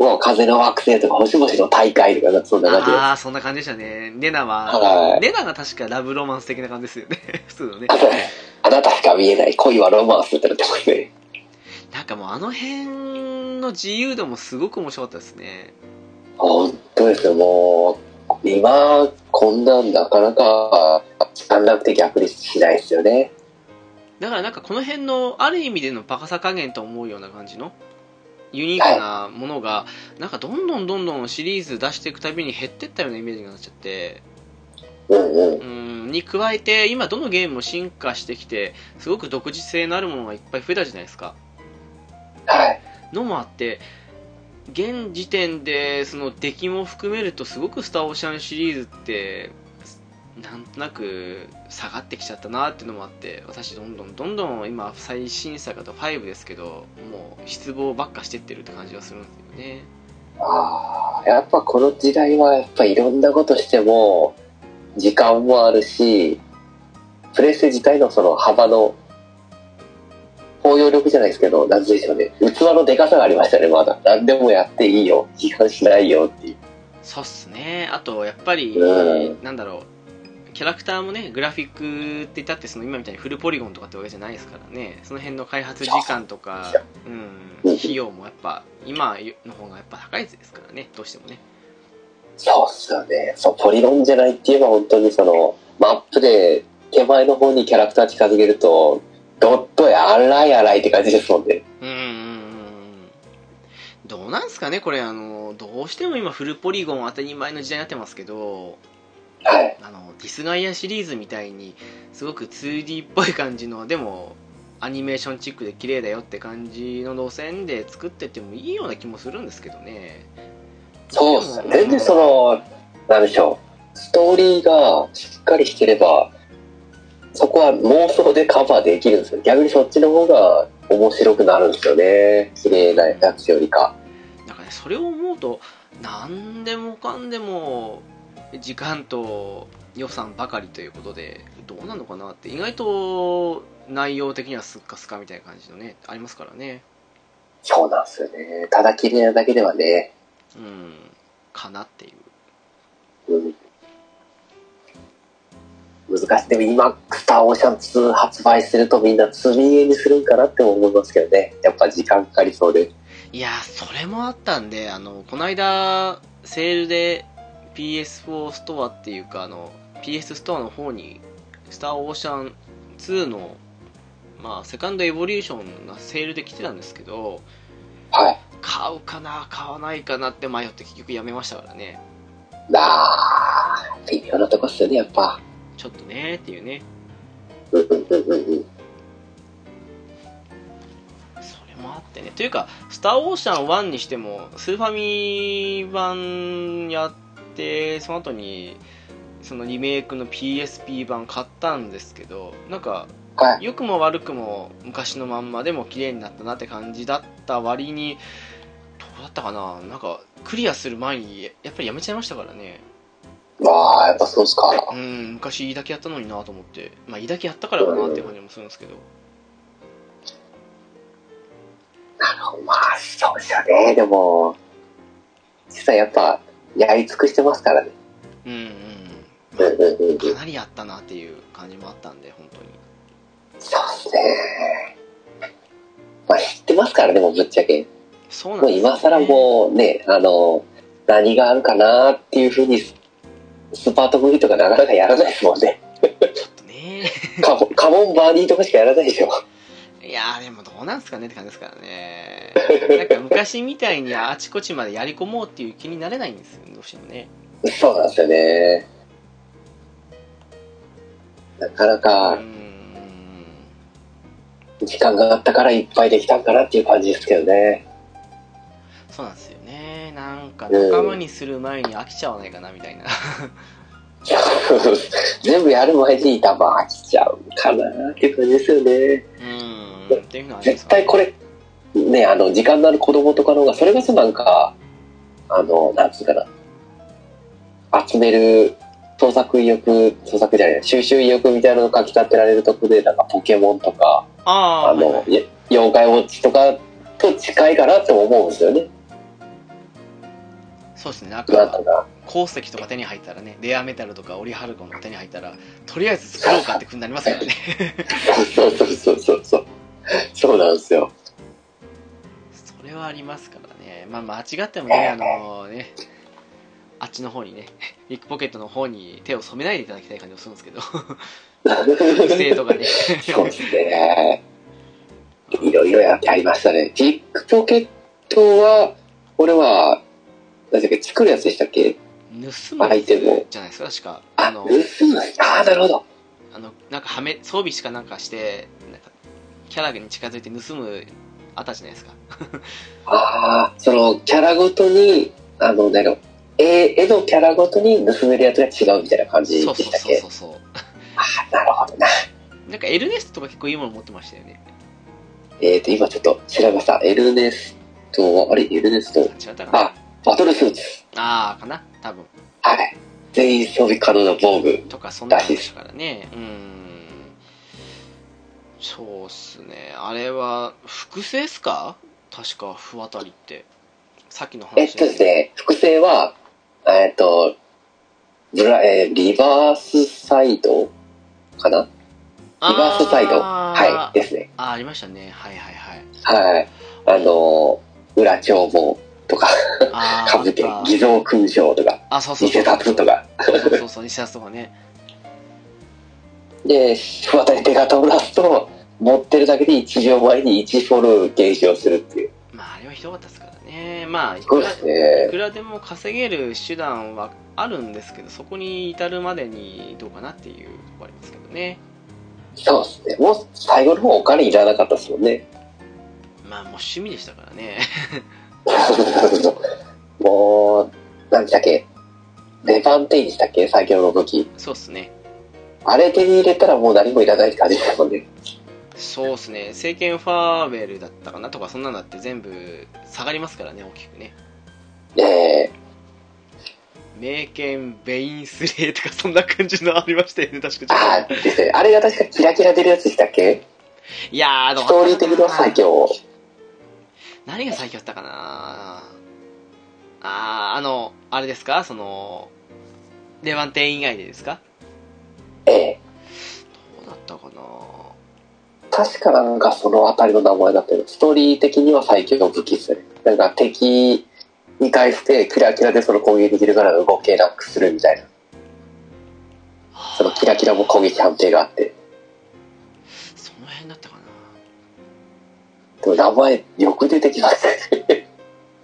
うもう風の惑星とか星々の大会とかなんかそんな感じで
ああーそんな感じでしたねネナ
は
はいネナが確かラブロマンス的な感じですよね [laughs] 普通のね
あとねあなたしか見えない恋はロマンスってなってますね。
なんかもうあの辺の自由度もすごく面白かったですね
本当ですよ、もう、今、こんなんなかなか、短絡的アプリしないですよね。
だからなんかこの辺のある意味でのバカさ加減と思うような感じのユニークなものがなんかどんどんどんどんシリーズ出していくたびに減ってったようなイメージになっちゃって
うんうん。
うんに加えて今どのゲームも進化してきてすごく独自性のあるものがいっぱい増えたじゃないですか
はい。
のもあって現時点でその出来も含めるとすごく「スター・オーシャン」シリーズってなんとなく下がってきちゃったなっていうのもあって私どんどんどんどん今最新作だと5ですけどもう失望ばっかしてってるって感じがするんですよね
ああ、やっぱこの時代は、やっぱいろんなことしても、時間もあるし、プレステ自体のその幅の、包容力じゃないですけど、なんて言うんでしょうね。器のでかさがありましたね、まだ。何でもやっていいよ。批判しないよっていう。
そうっすねあとやっぱり
う
なんだろうキャラクターもねグラフィックって言ったってその今みたいにフルポリゴンとかってわけじゃないですからねその辺の開発時間とか、うん、費用もやっぱ今の方がやっぱ高いですからねどうしてもね
そうっすよね。そう、ポリゴンじゃないって言えば本当にその、マップで手前の方にキャラクター近づけると、ドットや荒い荒いって感じですもんね。
うんうんうんうんどうなんすかねこれあのどうしても今フルポリゴン当たり前の時代になってますけど
はい。
あのディスガイアシリーズみたいにすごく 2D っぽい感じのでもアニメーションチックで綺麗だよって感じの路線で作ってってもいいような気もするんですけどね
そうっすよね。
でも
全然その、なんでしょう。ストーリーがしっかりしてれば、そこは妄想でカバーできるんですよ。逆にそっちの方が面白くなるんですよね。綺麗なやつよりか。
なんかねそれを思うと何でもかんでも時間と予算ばかりということでどうなのかなって意外と内容的にはスッカスカみたいな感じのねありますからね
そうなんですよね。ただ綺麗なだけではね。
うんかなっていう
うん。難しい。でも今、スターオーシャン2発売するとみんな積み絵にするんかなって思いますけどね。やっぱ時間かかりそうで。
いやーそれもあったんであのこの間セールで PS4 ストアっていうかあの PS ストアの方に「スター・オーシャン2の」まあ、セカンド・エボリューションがセールで来てたんですけど
はい。
買うかな買わないかなって迷って結局やめましたからね
なあ、微妙なとこっすよね、やっぱ。
ちょっとねーっていうね
うんうんうんうんうん。
それもあってねというか「スター・オーシャン1」にしてもスーファミ版やってその後にそのリメイクの PSP 版買ったんですけどなんか
はい。
良くも悪くも昔のまんまでも綺麗になったなって感じだった割にどうだったかななんかクリアする前にやっぱりやめちゃいましたからね
ああ、やっぱそうっすか
う。ん昔いいだけやったのになと思ってまあいいだけやったからかなっていう感じもするんですけど
まあ、そうっすよね。でも、実際やっぱ、やり尽くしてますからね。
うんうん
うん
ま
うんうんうん。
あかなりやったなっていう感じもあったんで本当に
そうっすね。まあ知ってますからね、もうぶっちゃけ。
そうなん
もう
ですよね
今更もうね、あの、何があるかなっていうふうに、ススパートムービーとかなかなかやらないですもん [laughs] ね。
ちょっとね
カモカモンバーディーとかしかやらないでしょ。
いやーでもどうなんですかねって感じですからねなんか昔みたいにあちこちまでやり込もうっていう気になれないんですよどうしてもね
そうなんですよね。なかな
う
か
ん
時間があったからいっぱいできたんかなっていう感じですけど [laughs] ね。
そうなんですよねなんか仲間にする前に飽きちゃわないかなみたいな [laughs]
全部やる前に多分飽きちゃうかなっていう感じですよね。
うんっていうのはあります
絶
か
対これ、ね、あの、時間のある子供とかの方が、それこそなんか、あの、なんつうかな、集める創作意欲、創作じゃない、収集意欲みたいなのをかき立てられるとこで、なんかポケモンとか、
あ
あ
あー、
の、
はいはい
や妖怪ウォッチとかと近いかなって思うんですよね。
そうですねなん
なんと
か
か。
鉱石とか手に入ったらねレアメタルとかオリハルコンの手に入ったらとりあえず作ろうかってふうになりますからね
そうそうそうそうそう。そうなんですよ。
それはありますからねまあ間違ってもねあのねあっちの方にねビッグポケットの方に手を染めないでいただきたい感じもするんです
[laughs]
けど不正とかね
そうですね。いろいろやってありましたね。ビッグポケットは、俺は、何でしたっけ、作るやつでしたっけ
盗むやつじゃないですか確か
あ、
あ
盗
の
むああ、なるほど。
あのなんかはめ装備しかなんかしてなんかキャラに近づいて盗むあったじゃないですか
ああ、その、キャラごとに、あの、何だろう、絵絵のキャラごとに盗めるやつが違うみたいな感じで
そう
し
そう
たっ
そう
け
そうそう
なるほどな。
なんかエルネストとか結構いいもの持ってましたよね
えーと、今ちょっと調べました。エルネストは、あれ、エルネス
あ
ト、
違ったかな
あ、バトルスーツ。
ああかな多分
はい。全員装備可能な防具。
とかそんなのでしたからねうーんそうっすねあれは複製っすか確か不渡りってさっきの
えっ
話
とですね、複製は、えっと、ブラえーリバースサイドかなリ
あ
バースサイド
あ
はい、ですね。
あーありましたねはいはいはい
はい。あのー、裏帳簿とか、
あー
かぶって
あっ、た
偽造勲章とか、
あそうそう
偽
そう
札とか。
そうそうそう、西田とかね。
で、渡り手形を出すと、持ってるだけで1秒前に1フォル減少するっていう。
まあ、あれはひどかったですからね。まあ、い
そ
く
うで
ら
すね
い。くらでも稼げる手段はあるんですけど、そこに至るまでにどうかなっていうとこありますけどね。
そうですね。もう最後の方お金いらなかったですもんね。
まあ、もう趣味でしたからね。
[laughs] もう、なんでしたっけレバンテインでしたっけ最強の武器。
そうっすね。
あれ手に入れたらもう何もいらないって感じですもんね。
そうっすね。政権ファーウェルだったかなとか、そんなのだって全部下がりますからね、大きくね。
え
名犬ベインスレイとか、そんな感じのありましたよね、確か
ー、ああ、ですね。あれが確かキラキラ出るやつでしたっけ
いやー、ど
ストーリー的には最強。
何が最強だったかなあー、あの、あれですかその、レバンテン以外でですか
ええ。
どうだったかな
確かなんかそのあたりの名前だったよ。ストーリー的には最強の武器ですね。なんか敵に対してキラキラでその攻撃できるから動けなくするみたいな。そのキラキラも攻撃判定があって。
その辺だったかな
でも名前よく出てきましたね。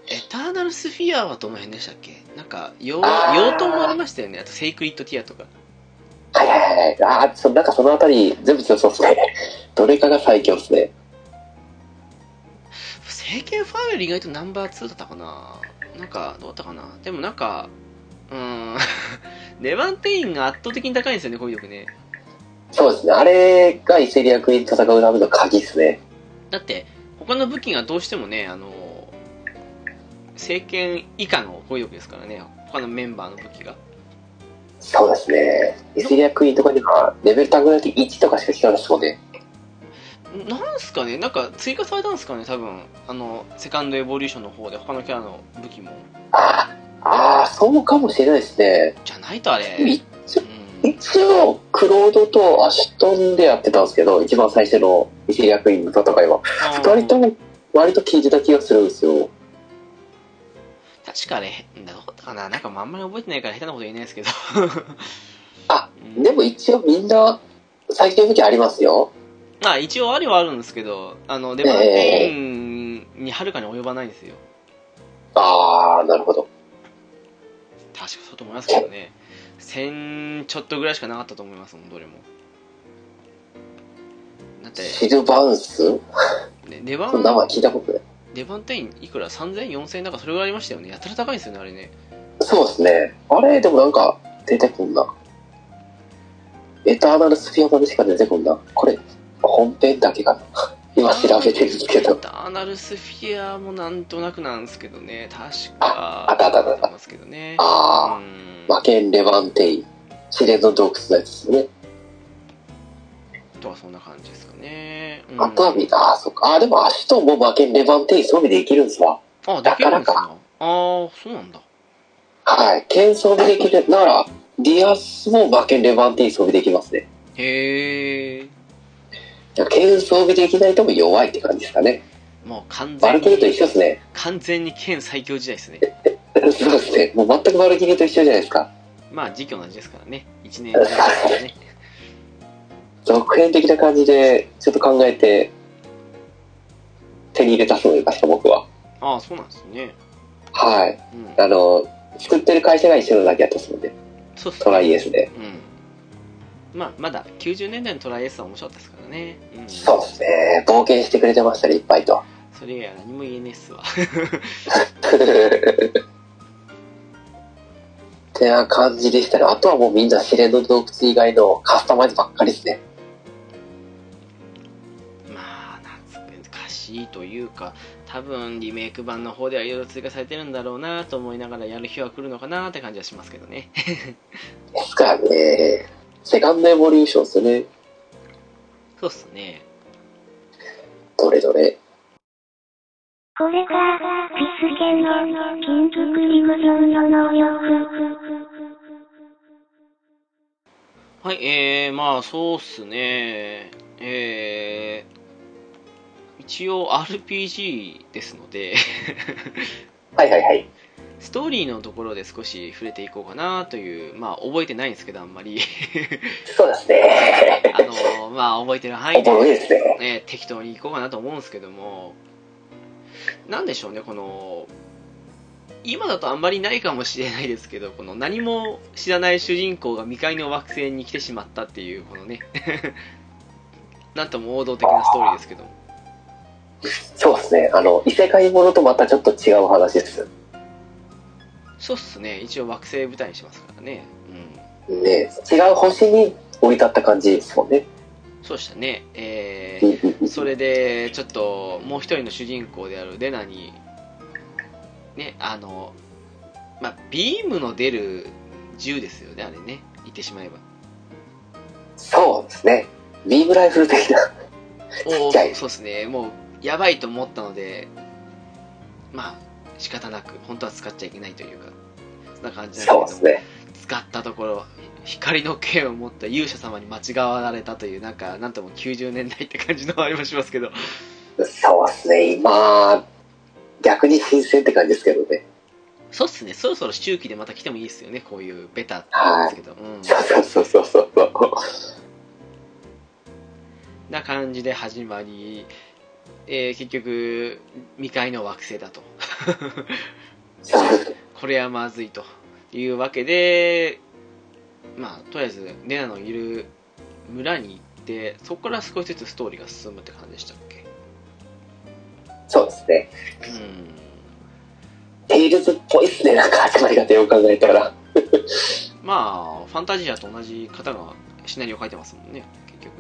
エターナルスフィアはどの辺でしたっけなんか、用
あー
用途もありましたよね。あと、セイクリッドティアとか。
はいはいはい。ああ、そなんかそのあたり全部強そうです [laughs] ね。どれかが最強ですね。
聖剣ファイル意外とナンバー2だったかななんかどうだったかなでもなんかうーん [laughs] レバンテインが圧倒的に高いんですよね攻撃力ね
そうですね。あれがイセリアクイーンと戦うための鍵ですね。
だって他の武器がどうしてもねあの聖剣以下の攻撃力ですからね他のメンバーの武器が
そうですね。イセリアクイーンとかにはレベル高くなって1とかしか効かないですもんね。
なんすかねなんか追加されたんですかね多分あのセカンドエボリューションの方で他のキャラの武器も
ああ、ああ、そうかもしれないですね。
じゃないとあれ、
い
うん、
一応、クロードとアシュトンでやってたんですけど、一番最初のイセリアクイーンの戦いは。
あー
二人とも割と効いてた気がするんですよ。
確かあれどうだったかななんかあんまり覚えてないから下手なこと言えないですけど
あ
うん
でも一応みんな、最強の武器ありますよ。
まあ一応ありはあるんですけどあのデバンテインにはるかに及ばないんですよ
ああ、なるほど。
確かそうと思いますけどね1000ちょっとぐらいしかなかったと思いますもんどれもだって
シルバンス
ねデバ
その名前
ン
聞いたことない。
デバンテインいくら30004000なんかそれぐらいありましたよねやたら高いんですよねあれね
そうですね。あれ、でもなんか、出てこんな。エターナルスフィアまでしか出てこんな。これ、本編だけかな。 [laughs] 今調べてるんですけ
エ
ど。
ターナルスフィアもなんとなくなんですけどね確
あ
か
あったあったあった
と思いますけどねう
あ
ん
あ、魔剣レバンテイン。試練の洞窟のやつですね。
とはそんな感じですかね、うん
あとはみ、ああ、そっか。ああ、でもアシュトンも魔剣レバンテイン、そういう意味できるんですわ。
あできるんです
なかな
かああーそうなんだ
はい。剣装備できるなら、ディアスも魔剣レバンテイン装備できますね。
へえ
じゃあ剣装備できないとも弱いって感じですかね。
もう完
バ
全
ルキリーと
に
一緒ですね。 [laughs]
完全に剣最強時代ですね
そうですね。もう全くバルキリーと一緒じゃないですか。
まあ時期同じですからね1年
[laughs]
ですからね
続編的な感じでちょっと考えて手に入れたそうで確か僕は
ああそうなんですね
はい
うん
あの作ってる会社が一緒のだけやったそうで
そうっす
トライエースで
うんまあまだ90年代のトライエースは面白かったですからね、うん、
そうですね冒険してくれてましたねいっぱいと [laughs]
それ以外は何も言えねえっすわ
てな感じでしたねあとはもうみんな試練の洞窟以外のカスタマイズばっかりですね
まあ難しいというか多分リメイク版の方ではいろいろ追加されてるんだろうなと思いながらやる日は来るのかなって感じはしますけどね
ですからねセカンドエボリューションですよね
[laughs] そうっすね
どれどれ
これが、ピスケの、キングクリムゾンの能力。
はい、えー、まあ、そうっすね。えー、一応 RPG ですので、 [laughs]
はいはいはい
ストーリーのところで少し触れていこうかなという、まあ、覚えてないんですけど、あんまり。 [laughs]
そうですね
あの、まあ、覚えてる範囲
おもろい
で、
ですね
ね、適当にいこうかなと思うんですけども、なんでしょうね、この、今だとあんまりないかもしれないですけど、この何も知らない主人公が未開の惑星に来てしまったっていう、このね、 [laughs] なんとも王道的なストーリーですけども。
そうですねあの異世界ものとまたちょっと違う話です
そうっすね、一応惑星舞台にしますからね。う
ね違う星に降り立った感じですもんね。
ん。そうでしたね。え
うん
ー、
うんうん
それで、ちょっと、もう一人の主人公であるレナに、ね、あの、まあ、ビームの出る銃ですよね、あれね。言ってしまえば。
そうですね。ビームライフル的な。
お
っちゃい
そうですねもうやばいと思ったのでまあ仕方なく本当は使っちゃいけないというかそんな感じなん
そ
で
うです
けど
すね。
使ったところ光の剣を持った勇者様に間違われたというなんかなんとも90年代って感じのありもしますけど
そうですね。今、逆に新鮮って感じですけどね。
そうっすねそろそろ周期でまた来てもいいですよねこういうベタですけど、うん
そうそうそうそうそうそう。
な感じで始まり、えー結局未開の惑星だとこれはまずいというわけでまあとりあえずレナのいる村に行ってそこから少しずつストーリーが進むって感じでしたっけ
そうですね。
うん
テイルズっぽいっすね。なんか始まり方よく考えたら。
まあファンタジアと同じ方がシナリオ書いてますもんね結局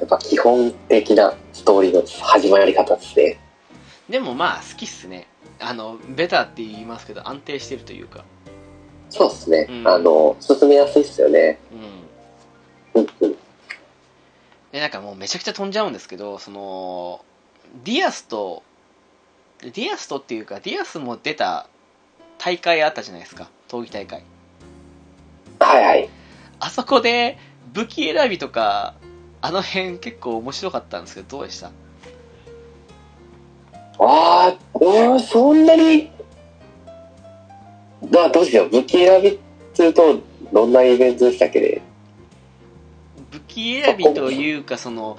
やっぱ基本的なストーリーの始まり方ですね。
でもまあ好きっすねあのベタって言いますけど安定してるというか
そうですね。
うん
あの、進めやすいっすよね。
うん
うんうん。
でなんかもうめちゃくちゃ飛んじゃうんですけどそのディアスとディアスとっていうかディアスも出た大会あったじゃないですか闘技大会
はいはい。
あそこで武器選びとかあの辺結構面白かったんですけどどうでした
ああ、うん、そんなに、まあ、どうしよう、武器選びっつうと、どんなイベントでしたっけね。
武器選びというかその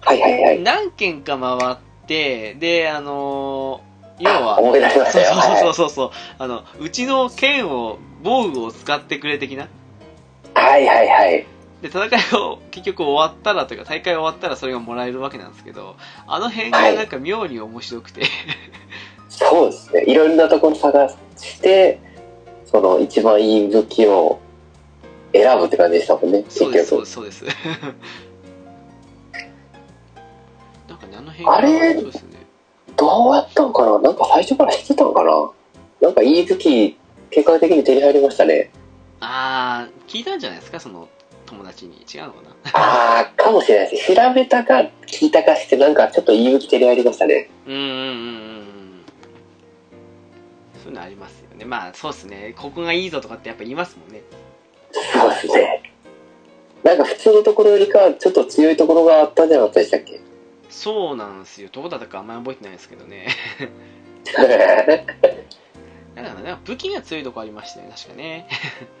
はいはいはい。
何軒か回ってであの要
あ
は
思い出しまし
そう
たよ。
そうそうそうそうあのうちの剣を防具を使ってくれ的な
はいはいはい。
で戦いを結局終わったらというか大会終わったらそれがもらえるわけなんですけどあの辺がなんか妙に面白くて、
そうですね。いろんなところ探して、その一番いい武器を選ぶって感じでしたもんね、
そうですそう
結
ですそうです [laughs] なんかねあの辺
あれ
そうですね
どうやったんかななんか最初から知ってたんかななんかいい武器、結果的に手に入りましたね。
ああ聞いたんじゃないですかその友達に違うのかな [laughs]
ああ、かもしれないです。調べたか、聞いたかして、なんかちょっといい武器手に入りましたね。
うんうんうんうんうんそういうのありますよねまあそうですねここがいいぞとかってやっぱ言いますもんね
そうですね。なんか普通のところよりかはちょっと強いところがあったんじゃなかったでしたっけ
そうなんですよどこだったかあんまり覚えてないですけどね [laughs] だからね武器が強いとこありましたよね確かね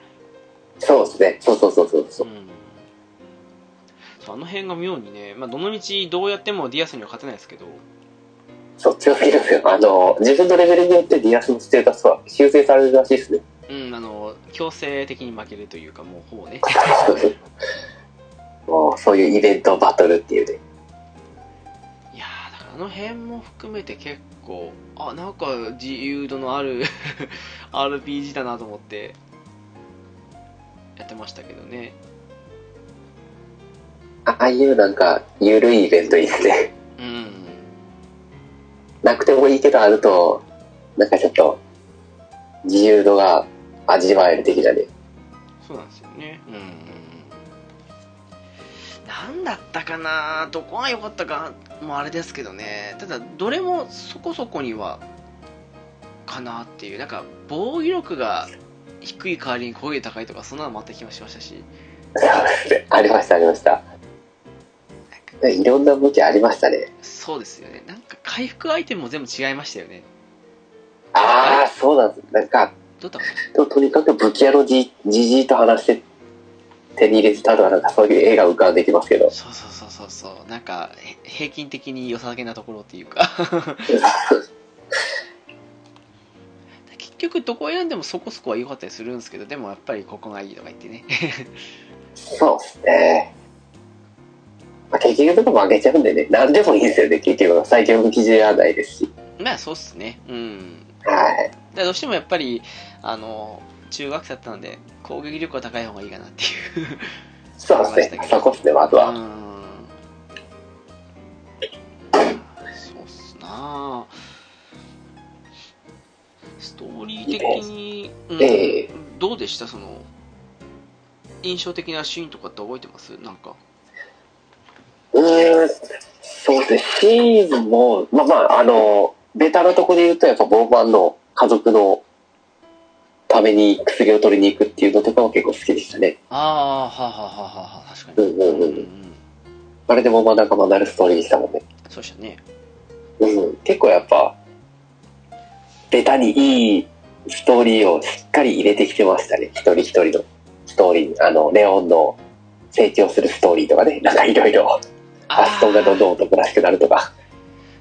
[laughs] そうですね。そうそうそうそうそう
う。ん、そうあの辺が妙にね、まあ、どの道どうやってもディアスには勝てないですけど
そう、強すぎるんですよ。あの、自分のレベルによってディアスのステータスは修正されるらしいです [laughs] ね。
うんあの強制的に負けるというかもうほぼ
[laughs]
ね
もう、そういうイベントバトルっていうね。
いやーだからあの辺も含めて結構あなんか自由度のある [laughs] RPG だなと思ってやってましたけどね
ああいうなんか、ゆるいイベントいいですね。
うん
なくてもいいけどあると、なんかちょっと、自由度が味わえる的なね。
そうなんですよねうんなんだったかなどこが良かったかもあれですけどねただどれもそこそこにはかなっていうなんか防御力が低い代わりに攻撃高いとかそんなのもあった気がしましたし
ありました、ありました。いろんな武器ありましたね。
そうですよねなんか回復アイテムも全部違いましたよね
ああ、そうなんです。なんか、
どうだったか
ととにかく武器屋のじじじいと話して手に入れてたのはなんかそういう絵が浮かんできますけど
なそうそうそうそうそうなんかへ平均的に良さげなところっていうか [laughs] 結局どこを選んでもそこそこは良かったりするんですけどでもやっぱりここがいいとか言ってね [laughs]
そうですね、まあ、結局とか負けちゃうんでね何でもいいですよね結局は最強の基準はないですし
まあそうっすねうん
はい
だからどうしてもやっぱりあの中学生だったので攻撃力は高い方がいいかなっていう
そうで
わか
す
りました
ね
けど
そこっすねまず
う
は、
んそうっすなあストーリー的に、うん
ええ
どうでしたその印象的なシーンとかって覚えてますなんか
うーん、そうですね、シーズンも、まあまあ、あの、ベタなとこで言うと、やっぱ、ボーバンの家族のために薬を取りに行くっていうのとかは結構好きでしたね。
ああはあはあはあはあ確か
う
に
んうんう。
うんん
あれでボーバン仲間になるストーリーでしたもんね。
そうでしたね
うん、結構やっぱ、ベタにいいストーリーをしっかり入れてきてましたね。一人一人のストーリー、あの、レオンの成長するストーリーとかね、なんかいろいろ、アストンがどんどん男らしくなるとか。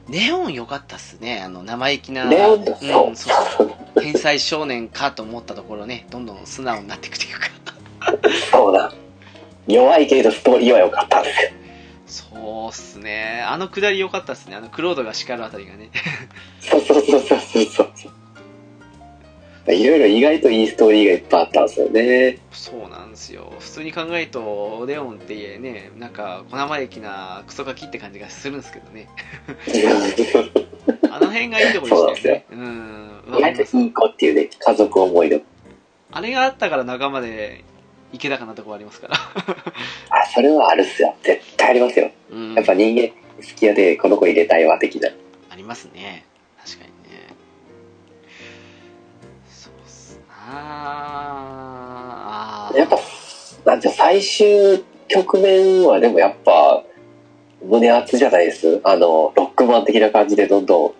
ネオン良かったっすねあの生意気な
レオンと、
うん、
そ
そう
う、
そう
そう
天才少年かと思ったところねどんどん素直になっていくというか
そうだ。弱いけれどストーリーは良かったんですよ。
そうっすねあのくだり良かったっすねあのクロードが叱るあたりがね [laughs]
そうそうそうそうそうそう。いろいろ意外といいストーリーがいっぱいあったんですよね。
そうなんですよ普通に考えるとレオンってねなんか小生意気なクソガキって感じがするんですけどねあの辺がいいとこでしたよねうんわ
意
かりま
外
す
といい子っていうね、家族思いの。
あれがあったから仲間で池高なとこありますから
あ、それはあるっすよ。絶対ありますよ。
[laughs] うん
やっぱ人間好きやでこの子入れたいわ的な
ありますね確かにねそうっすなあー
やっぱなんていうの最終局面はでもやっぱ胸熱じゃないですあのロックマン的な感じでどんどん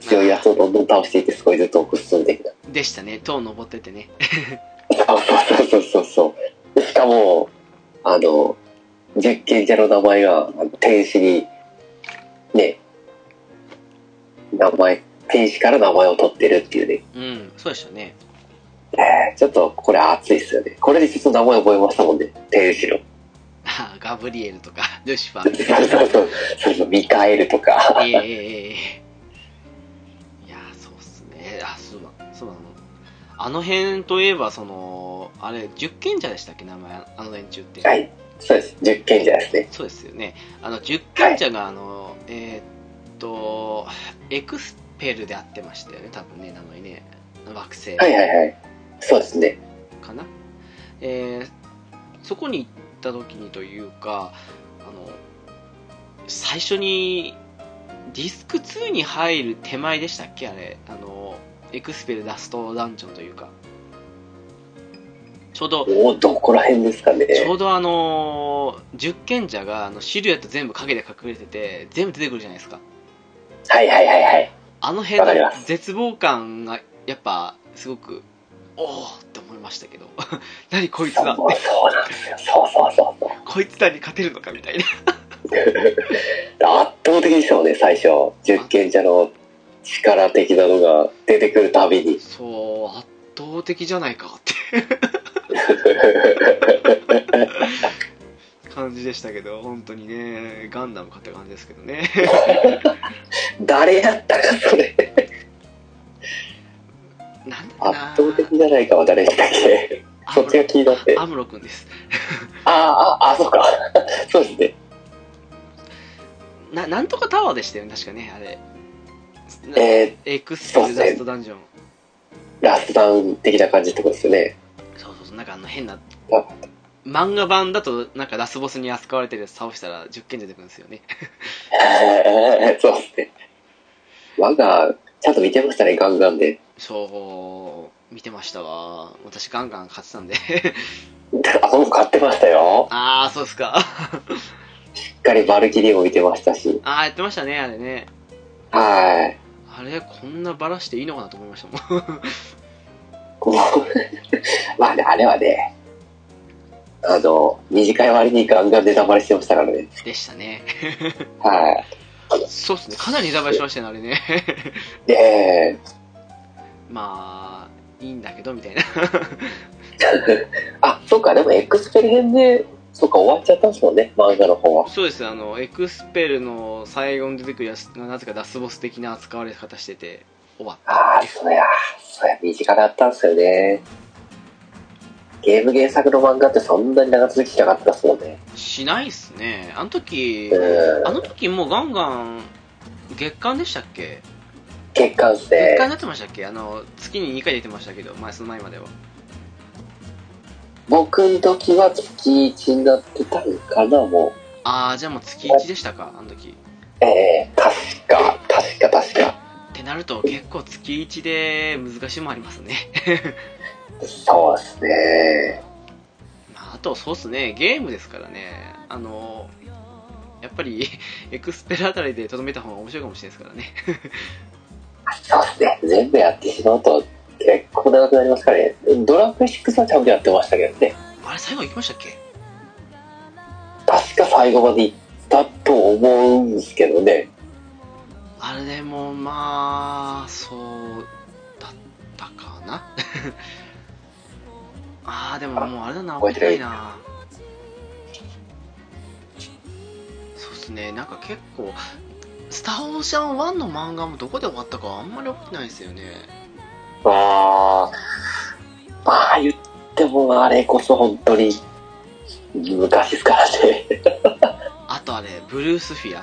強いやつをどんどん倒していってすごいずっと奥進んでいく
でしたね塔登ってってね
そうそうそうそうそうでしかもあの実験者の名前があの天使にね名前天使から名前を取ってるっていうね
うんそうでしたね
えーちょっとこれ熱いっすよねこれでちょっと名前覚えましたもんね天使の
あー [laughs] ガブリエルとかルシファーみたい
そう [laughs] そうそうそうそう、ミカエルとか。
なええええええいやーそうっすねあそうだそうだあの辺といえばそのあれ十賢者でしたっけ名前あの連中って
はい。そうです。10賢者ですね。
そうですよね。あの、十賢者が、あの、えーっと、エクスペルであってましたよね、多分ね、名前ね。惑星
はい
か
はいはい。そうですね。
な。えーそこに行った時にというか、あの、最初に、ディスク2に入る手前でしたっけあれ。あの、エクスペルラストダンジョンというか。ちょうど、
おお、どこら辺ですかね。
ちょうどあのー、十賢者があのシルエット全部影で隠れてて、全部出てくるじゃないですか。
はいはいはいはい。
あの辺
わかり
の
ます
絶望感が、やっぱ、すごく、おーって思いましたけど、 [laughs] 何こいつ
そう
だって、
そうなんですよ。そうそうそうそう。
こいつらに勝てるのかみたいな。
圧倒的でしたもんね、最初。10賢者の力的なのが出てくるたびに。
そう、圧倒的じゃないかって [laughs] 感じでしたけど、本当にね、ガンダム買った感じですけどね。
誰やったか、それ。
なんだか
圧
な
倒的じゃないかは誰でしたっけ。そっちが気になって
アムロ君です。
ああ、ああ、そうか。 [laughs] そうですね。
な、なんとかタワーでしたよね、確かね、あれ。
え
エクスペルラストダンジョン。
ー、ラストダウン的な感じってことですよね。 [laughs]
そうそうそうなんかあの変な
あ
漫画版だとなんかラスボスに扱われてるやつ倒したら10件出てくるんですよね
そうですね。我が、ちゃんと見てましたね、ガンガンで。
そう見てましたわ私ガンガン勝ってたんで [laughs]
あ、僕買ってましたよ。
ああそうですか [laughs]
しっかりバルキリーも見てましたし。
ああやってましたねあれね
はい。
あれこんなバラしていいのかなと思いましたもん [laughs]
こう [laughs] まあね、あれはね、あの、短い割にガンガンネタバレしてましたからね。
でしたね
は
そうっすねかなりネタバレしましたねあれね [laughs]
い。で、
まあいいんだけどみたいな [laughs]
あ、そうか、でもエクスペル編で、そうか、終わっちゃったんですもんね、漫画の方は。
そうですあのエクスペルの最後に出てくるやつがなぜかラスボス的な扱われ方してて終わったっ
ああ、
ていう
そうや、そうや、短かったんですよね。ゲーム原作の漫画ってそんなに長続きしなかったですもんね。
しないっすねあの時
うん
あの時もうガンガン月間でしたっけ
月刊誌
月
で
間になってましたっけあの月に2回出てましたけど前その前までは
僕の時は月1になってたのかなも
ああじゃあもう月1でしたかあの時
えー、確か、確か確か。
ってなると結構月1で難しいもんありますね [laughs]
そうですね。
まああとそうっすねゲームですからねあのやっぱりエクスペラあたりでとどめた方が面白いかもしれないですからね
そうですね。全部やってしまうと結構長くなりますからね。ドラクエ6はちゃんとやってましたけどね。
あれ最後行きましたっけ
確か最後まで行ったと思うんですけどね。
あれでもまあそうだったかな [laughs] ああでももうあれだな
覚
覚
え
え
て
て
な
ないいなそうっすねなんか結構「スター・オーシャン1」の漫画もどこで終わったかあんまり覚えてないですよね
あー、まあ言ってもあれこそ本当に昔ですからね。 [laughs]
あとあれブルースフィア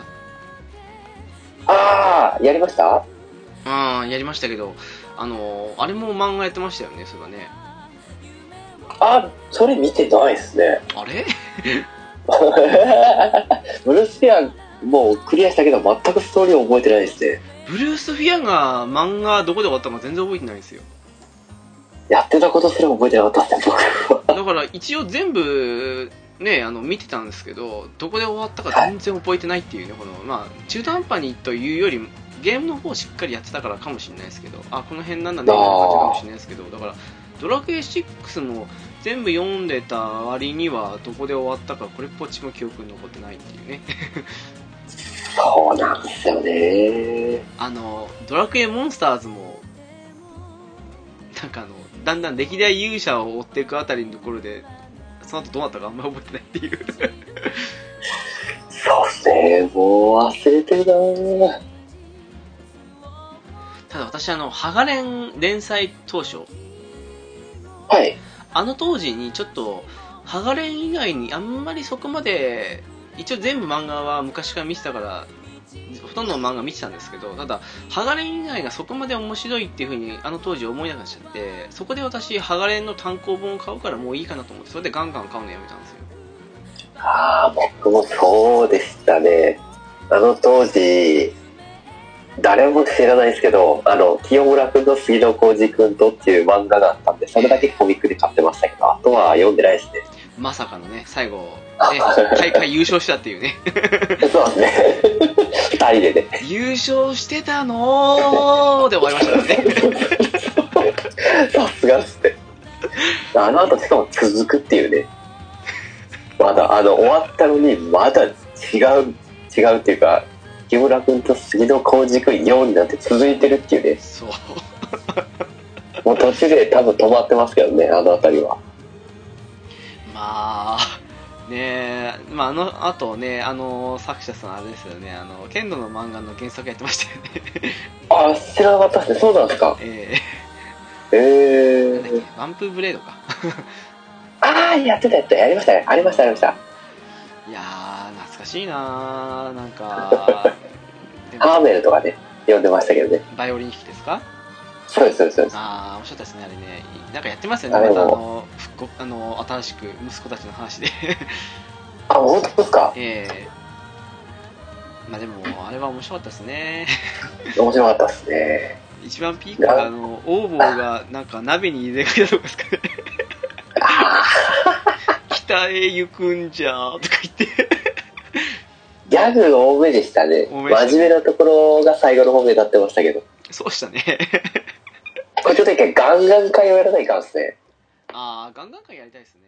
ああ、やりました
うんやりましたけどあのあれも漫画やってましたよねそれはね
あ、それ見てないですね。 [laughs]
あれ
ブルース・フェアもうクリアしたけど全くストーリー覚えてないですね
ブルースフィアが漫画どこで終わったか全然覚えてないんですよ
やってたことすら覚えてなかったですね僕は
だから一応全部ねあの見てたんですけどどこで終わったか全然覚えてないっていうねこのまあ中途半端にというよりゲームの方をしっかりやってたからかもしれないですけどあこの辺なんだねみたいな感じかもしれないですけどだからドラクエ6も全部読んでた割にはどこで終わったかこれっぽっちも記憶に残ってないっていうね [laughs]
そうなんですよね
あのドラクエモンスターズもなんかあのだんだん歴代勇者を追っていくあたりのところでその後どうなったかあんまり覚えてないっていう
そうですねもう忘れてるなぁ
ただ私あの「ハガレン連載当初
はい
あの当時にちょっとハガレン以外にあんまりそこまで一応全部漫画は昔から見てたからほとんどの漫画見てたんですけどただハガレン以外がそこまで面白いっていうふうにあの当時思いなくなっちゃってそこで私ハガレンの単行本を買うからもういいかなと思ってそれでガンガン買うのやめたんですよ
ああ僕もそうでしたねあの当時誰も知らないですけどあの清村君と杉野浩二君とっていう漫画があったんでそれだけコミックで買ってましたけどあとは読んでないです [laughs] ね
まさかのね最後ね大会優勝したっていうね
そうですね [laughs] 二人でね
[laughs] 優勝してたのー [laughs] で終わりましたからね
さすがっすね。あの後しかも続くっていうね。まだ、あの、終わったのに、まだ違う、違うっていうか、木村君と杉野浩二君4になって続いてるっていうね。
そう
もう途中で多分止まってますけどね、あの辺りは。
まあねえ、まあ、あのあとねあの作者さんあれですよねあの剣道の漫画の原作やってましたよね
[laughs] あ、知らなかったですね。そうなんですか。
え
え
えなんだっ
ー。
けワンプーブレードか
ああ、やってたやってた。やりましたね。ありました、ありました。
いやー懐かしいなーなんかで
ハー
も
メルとかね、呼んでましたけどね。
バイオリン弾きですか
そうです、そうです、そうです。
ああ面白かったですねあれねなんかやってますよね
あれ
またあ
も
の復刻あの新しく息子たちの話で [laughs]
あ、本当ですか。
ええまあでもあれは面白かったですね
面白かったですね。
一番ピークはあのオーボーがなんか鍋に入れ替えたとかですかね
ああ、
北へ行くんじゃーとか言って
ギャグ多めでしたね。
多めでした
真面目なところが最後の方目立ってましたけど。
そうしたね
これちょっと一回ガンガン会をやらないかんですね。
ああガンガン会やりたいですね